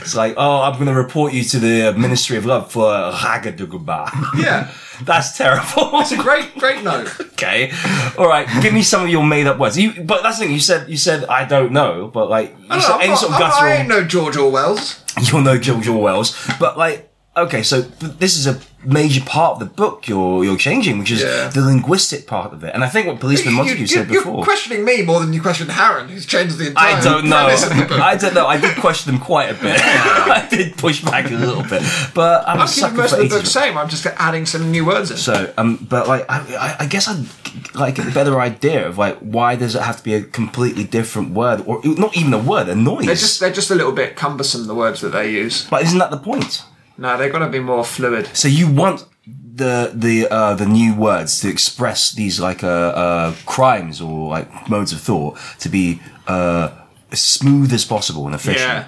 S1: It's like, oh, I'm going to report you to the Ministry of Love for ragadugaba.
S3: Yeah.
S1: That's terrible.
S3: It's a great, great note.
S1: okay, all right. Give me some of your made up words. You, but that's the thing. You said you said I don't know, but like you
S3: I don't
S1: said
S3: know, I'm
S1: any
S3: not-
S1: sort of
S3: I'm- I ain't
S1: guttural.
S3: no George Orwell's.
S1: You'll know George Wells, but like okay, so th- this is a major part of the book you're you're changing, which is
S3: Yeah.
S1: the linguistic part of it. And I think what policeman Montague said
S3: you're
S1: before.
S3: questioning me more than you questioned Harron, who's changed the entire
S1: I don't know.
S3: premise of the book.
S1: I don't know. I did question them quite a bit. I did push back a little bit, but I'm, a
S3: I'm keeping
S1: sucker
S3: most
S1: for
S3: of the
S1: ageism.
S3: book same. I'm just adding some new words in.
S1: So, um, but like, I, I, I guess I'd like get a better idea of like why does it have to be a completely different word or e, not even a word, a noise?
S3: they're just they're just a little bit cumbersome. The words that they use.
S1: but isn't that the point?
S3: No, they've got to be more fluid.
S1: So you want the the uh, the new words to express these like uh, uh, crimes or like modes of thought to be uh, as smooth as possible and efficient.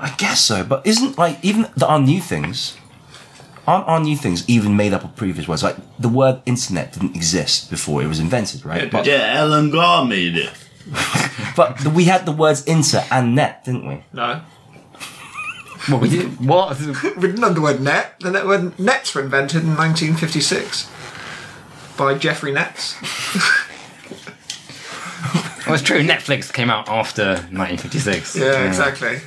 S1: I guess so, but isn't like even the, our new things? Aren't our new things even made up of previous words? Like the word internet didn't exist before it was invented, right? But-
S2: Yeah, Alan Gar made it.
S1: But we had the words inter and net, didn't we?
S3: No.
S4: What? We did, what?
S3: We didn't have the word net. The net word nets were invented in 1956 by Jeffrey Nets.
S4: Well, it's true. Netflix came out after 1956.
S3: Yeah, exactly.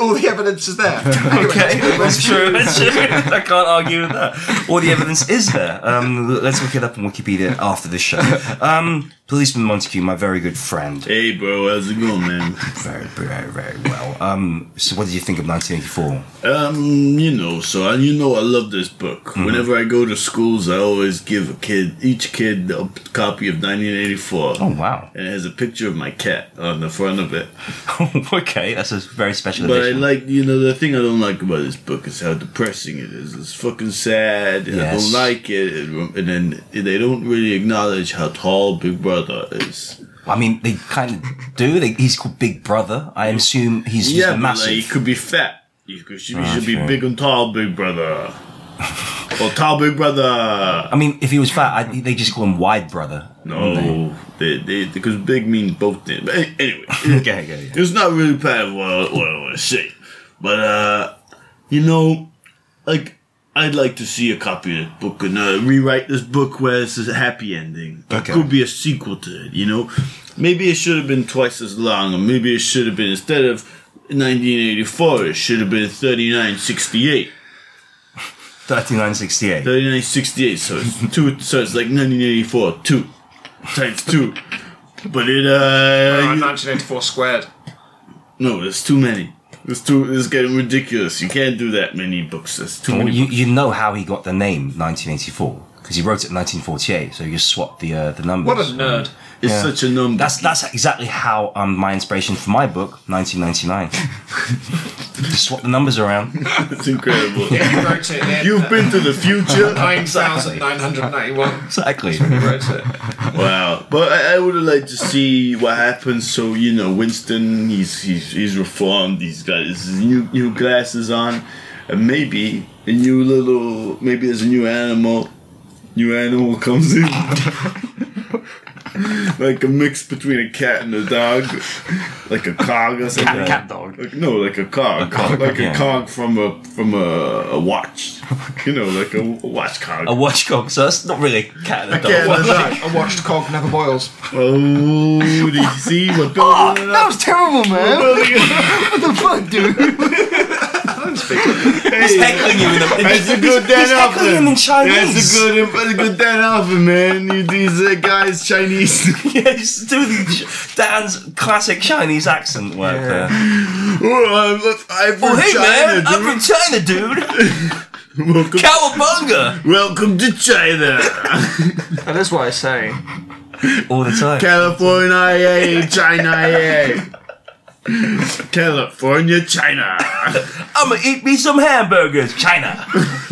S3: All the evidence is there. okay.
S1: That's true. That's true. I can't argue with that. All the evidence is there. Um, l- let's look it up on Wikipedia after this show. Um, Policeman Montague, my very good friend.
S2: Hey, bro, how's it going, man?
S1: Very, very, very well. Um, so, what did you think of 1984?
S2: Um, you know, so I, you know, I love this book.
S1: Mm-hmm.
S2: Whenever I go to schools, I always give a kid, each kid, a p- copy of 1984.
S1: Oh, wow.
S2: And it has a picture of my cat on the front of it.
S1: okay, that's a very special
S2: But I
S1: edition.
S2: like, you know, the thing I don't like about this book is how depressing it is. It's fucking sad. and I
S1: Yes.
S2: don't like it. It rem- And then they don't really acknowledge how tall Big Brother is.
S1: I mean, they kind of do. They, he's called Big Brother. I assume he's just a
S2: Yeah, but like,
S1: massive.
S2: you could be fat. You could, you
S1: Ah,
S2: should be
S1: true.
S2: big and tall, Big Brother. or tall, Big Brother.
S1: I mean, if he was fat, I, they just call him Wide Brother.
S2: No, they they because big means both things. But a- anyway,
S1: Okay, okay, yeah.
S2: it's not really part of what I, what I want to say, but uh, you know, like I'd like to see a copy of this book and uh, rewrite this book where it's a happy ending. There
S1: Okay.
S2: could be a sequel to it. You know, maybe it should have been twice as long, or maybe it should have been instead of 1984, it should have been 3968.
S1: 3968.
S2: 3968, so it's two, so it's like 1984, two times two. But it, uh. you-
S3: 1984 squared.
S2: no, there's too many. It's too, it's getting ridiculous. You can't do that many books. That's too
S1: Well,
S2: many.
S1: you, you know how he got the name 1984 because he wrote it in 1948, so you just swapped the uh, the numbers.
S3: What a nerd.
S2: it's such a number.
S1: That's that's exactly how um, my inspiration for my book 1999. just swap the numbers around.
S2: It's incredible.
S3: You wrote it in
S2: You've been to the future.
S3: 9,991.
S1: Exactly.
S3: You wrote it.
S2: Wow, but I, I would have liked to see what happens. So you know, Winston, he's he's, he's reformed. He's got his new new glasses on, and maybe a new little maybe there's a new animal. New animal comes in, like a mix between a cat and a dog, like a cog or something.
S4: Cat, cat dog.
S2: Like, no, like a cog,
S1: cog,
S2: like
S1: yeah.
S2: a cog from a from a, a watch, you know, like a, a watch cog.
S1: A watchdog, so that's not really a cat and a
S2: cat
S1: dog.
S2: and a dog.
S3: I watched Cog Never Boils.
S2: Oh, do you see what building it up?
S5: That was terrible, man. What the fuck, dude?
S1: He's heckling you in the.
S2: That's a
S1: he's-
S2: good Dan
S1: he's heckling him in
S2: Elfman.
S1: Chinese.
S2: That's a good, that's a good Dan Elfman, man. He- He's a guy is Chinese.
S1: Yeah, he's doing the- Dan's classic Chinese accent work there.
S2: oh, I'm, I'm from
S1: Oh, hey
S2: China.
S1: man, I'm from China, dude.
S2: Welcome,
S1: Cowabunga!
S2: welcome to China,
S5: That is what I say.
S1: All the time.
S2: California, yeah, China, yeah. California, China.
S1: I'm gonna eat me some hamburgers, China!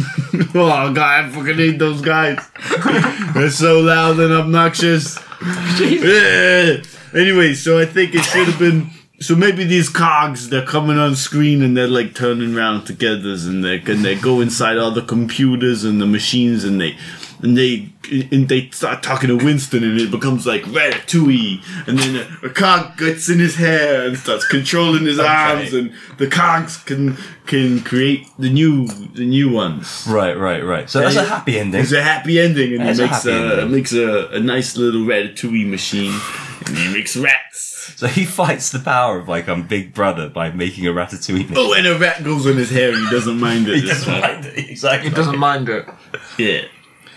S2: Oh god, I fucking hate those guys. They're so loud and obnoxious. Eh. anyway, so I think it should have been. So maybe these cogs they're coming on screen and they're like turning around together and they and they go inside all the computers and the machines and they and they and they start talking to Winston and it becomes like ratatouille and then a, a cog gets in his hair and starts controlling his arms and the cogs can can create the new the new ones.
S1: Right, right, right. So that's a happy ending.
S2: It's a happy ending, and
S1: It's
S2: he
S1: a
S2: makes
S1: happy
S2: a,
S1: ending.
S2: makes a, a nice little ratatouille machine, and he makes rats.
S1: So he fights the power of like um Big Brother by making a ratatouille.
S2: Oh, and a rat goes on his hair, and he doesn't mind it.
S1: He doesn't mind it, exactly.
S5: He doesn't mind it.
S2: Yeah.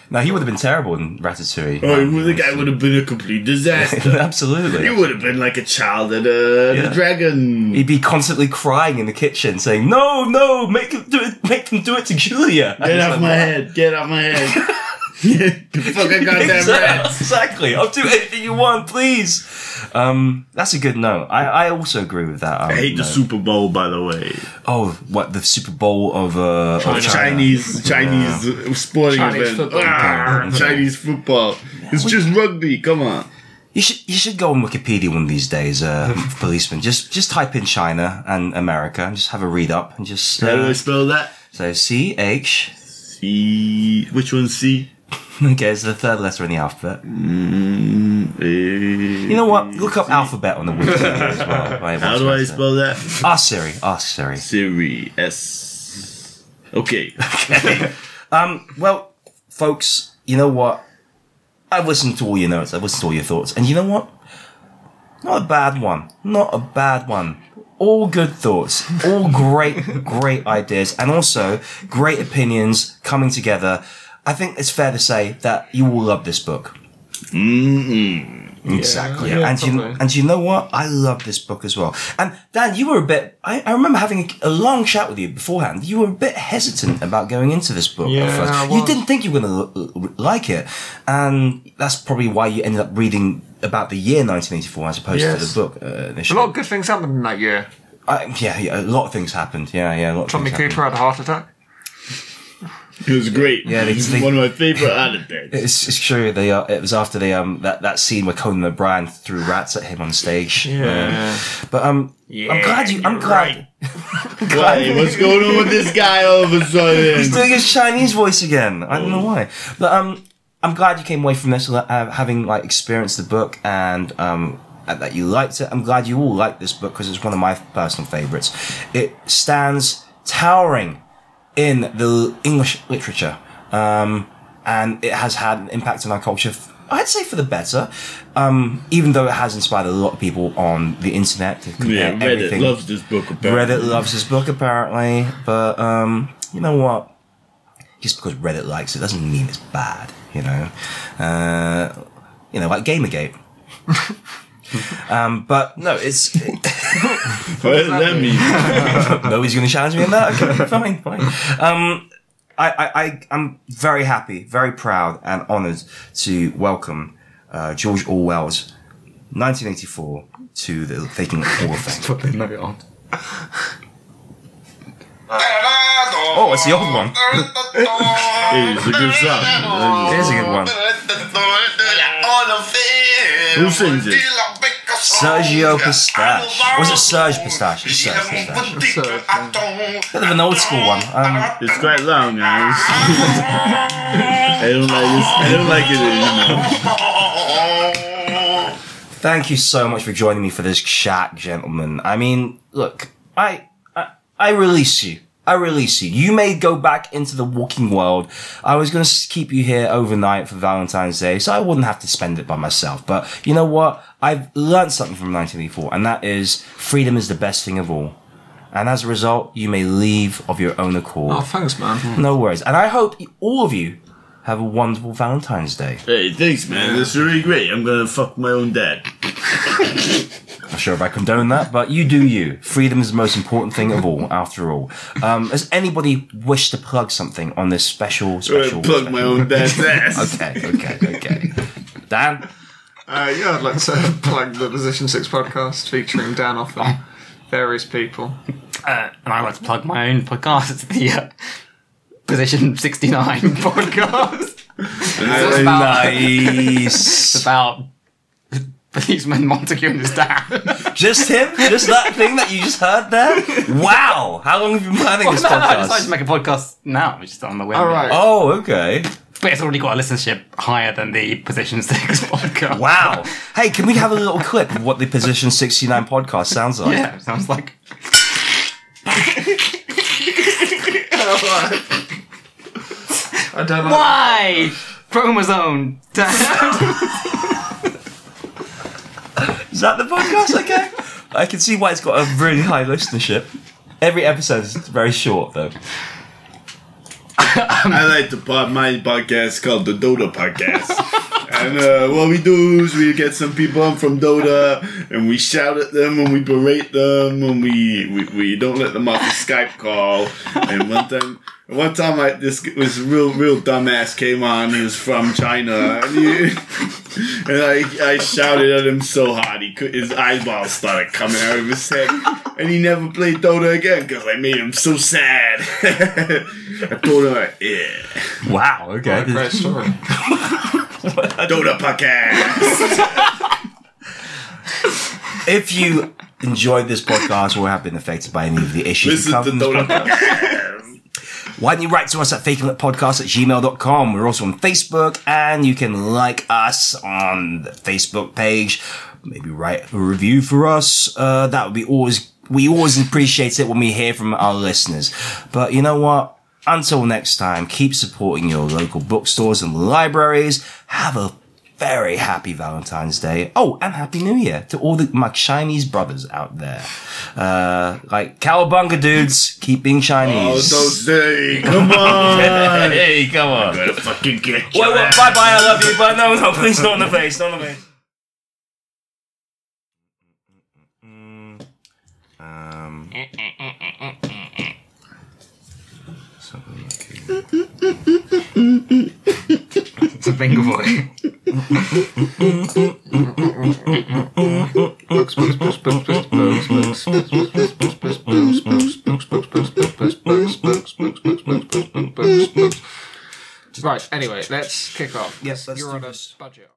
S1: Now he would have been terrible in Ratatouille.
S2: Oh, well, the guy would have been a complete disaster.
S1: Absolutely.
S2: he would have been like a child at a, at a
S1: Yeah.
S2: dragon.
S1: He'd be constantly crying in the kitchen, saying, "No, no, make them do it, make them do it to Julia." And
S2: Get
S1: he's
S2: off
S1: like,
S2: my head! Get off my head! Fucking goddamn rat!
S1: Exactly. I'll do anything you want, please. Um, that's a good note. I, I also agree with that. um,
S2: I hate the Super Bowl, by the way.
S1: Oh, what the Super Bowl of uh, of China.
S2: Chinese Chinese uh, sporting
S5: Chinese
S2: event.
S5: football.
S2: Ah, Chinese football. It's just rugby. Come on.
S1: You should you should go on Wikipedia one of these days, uh, policeman. Just just type in China and America and just have a read up and just
S2: How do I
S1: uh,
S2: spell that?
S1: so C H.
S2: C. Which one's C?
S1: Okay, it's the third letter in the alphabet. You
S2: You
S1: know what? Look up alphabet on the Wikipedia as well. Right,
S2: Eh, How
S1: what's
S2: do I
S1: better?
S2: spell that?
S1: Ask Siri. Ask Siri.
S2: Siri S. Okay.
S1: Um, Well, folks, you know what? I've listened to all your notes. I've listened to all your thoughts, and you know what? Not a bad one. Not a bad one. All good thoughts. All great, great ideas, and also great opinions coming together. I think it's fair to say that you all love this book. Exactly.
S5: Yeah,
S1: and you
S5: probably.
S1: and you know what? I love this book as well. And Dan, you were a bit. I, I remember having a, a long chat with you beforehand. You were a bit hesitant about going into this book at
S5: Yeah,
S1: first.
S5: I
S1: You
S5: was.
S1: didn't think you were going to like it, and that's probably why you ended up reading about the year 1984 as opposed to
S5: Yes.
S1: the book uh,
S5: A
S1: initially.
S5: lot of good things happened in that year.
S1: I, yeah, yeah, a lot of things happened. Yeah, yeah, a lot. Of
S5: Tommy
S1: things happened.
S5: Cooper had a heart attack.
S2: It was great.
S1: Yeah, they-
S2: It's
S1: they-
S2: one of my favorite anecdotes.
S1: It's, it's true. They uh, it was after they um that, that scene where Conan O'Brien threw rats at him on stage.
S5: Yeah.
S1: But um, I'm glad you. I'm
S5: you're
S1: glad.
S5: right.
S2: Why? What's going on with this guy all of a sudden?
S1: He's doing his Chinese voice again. I don't know
S2: Oh.
S1: why, but um, I'm glad you came away from this uh, having like experienced the book and um, and that you liked it. I'm glad you all liked this book because it's one of my personal favorites. It stands towering in the English literature, um, and it has had an impact on our culture. f- I'd say for the better, um, even though it has inspired a lot of people on the internet to compare
S2: Yeah, Reddit
S1: everything.
S2: loves this book. Apparently.
S1: Reddit loves his book apparently, but um, you know what? Just because Reddit likes it doesn't mean it's bad, you know. Uh, you know, like Gamergate. um, but no, it's
S2: What does that mean?
S1: nobody's going to challenge me on that. Okay, fine, fine. Um, I, I, I, I'm very happy, very proud, and honoured to welcome uh, George Orwell's 1984 to the Faking War Effect.
S4: Put the note on.
S1: Oh, it's the old one.
S2: Hey, it's a good song.
S1: It is a good one.
S2: Who sings it?
S1: Sergio Pistache. Was it Serge Pistache? It's Serge Pistache. Bit of an old school one. Um,
S2: It's quite long, guys. I don't like this. I don't like it anymore.
S1: thank you so much for joining me for this chat, gentlemen. I mean, look, I, I, I release you. I release you. You may go back into the walking world. I was going to keep you here overnight for Valentine's Day, so I wouldn't have to spend it by myself. But you know what? I've learned something from 1984, and that is freedom is the best thing of all. And as a result, you may leave of your own accord.
S5: Oh, thanks, man.
S1: No worries. And I hope all of you have a wonderful Valentine's Day.
S2: Hey, thanks, man. This is really great. I'm gonna fuck my own dad.
S1: I'm sure if I condone that, but you do you. Freedom is the most important thing of all, after all. Um, does anybody wish to plug something on this special, special?
S2: Uh, Plug my own dad's ass.
S1: Okay, okay, okay. Dan?
S3: Uh, yeah, I'd like to plug the Position 6 podcast featuring Dan Offer, various people.
S4: Uh, and I like to plug my own podcast, the uh, Position 69 podcast. it's about,
S1: Nice.
S4: about policeman Montague and his dad.
S1: Just him? Just that thing that you just heard there? Wow! How long have you been planning this
S4: no, no, I decided to
S1: podcast?
S4: make a podcast now, which is on the web.
S3: All right.
S1: Oh, okay.
S4: But it's already got a listenership higher than the Position 6 podcast.
S1: Wow. Hey, can we have a little clip of what the Position 69 podcast sounds like?
S4: Yeah, sounds like.
S3: I don't like
S4: Why? Chromosome. Dad.
S1: Is that the podcast? Okay. I can see why it's got a really high listenership. Every episode is very short, though.
S2: I like to pod my podcast called the Dota Podcast. and uh, what we do is we get some people on from Dota and we shout at them and we berate them and we, we, we don't let them off the Skype call. And one time. One time, I, this was real, real dumbass came on. He was from China, and, he, and I, I shouted at him so hard he could, his eyeballs started coming out of his head, and he never played Dota again because I made him so sad. I told him, yeah.
S1: Wow. Okay.
S3: that great story.
S2: Dota podcast.
S1: If you enjoyed this podcast or have been affected by any of the issues,
S2: Listen
S1: that come
S2: to
S1: from this
S2: Dota
S1: podcast,
S2: podcast.
S1: why don't you write to us at fakeingitpodcast at gmail.com. We're also on Facebook and you can like us on the Facebook page. Maybe write a review for us. Uh, that would be always, we always appreciate it when we hear from our listeners. But you know what? Until next time, keep supporting your local bookstores and libraries. Have a very happy Valentine's Day. Oh, and Happy New Year to all the, my Chinese brothers out there. Uh, like, cowabunga dudes, keep being
S2: Oh,
S1: Chinese.
S2: those day. Come on.
S1: Hey, come on. Wait,
S2: Gotta fucking get
S1: wait,
S2: your
S1: bye
S2: ass.
S1: bye, I love you, but no, no, please, not in the face, not in the face. Um. Something like a-
S4: it's a finger boy.
S5: Right, anyway, let's kick off.
S1: Yes, let's
S5: You're
S1: do
S5: on a
S1: this.
S5: budget.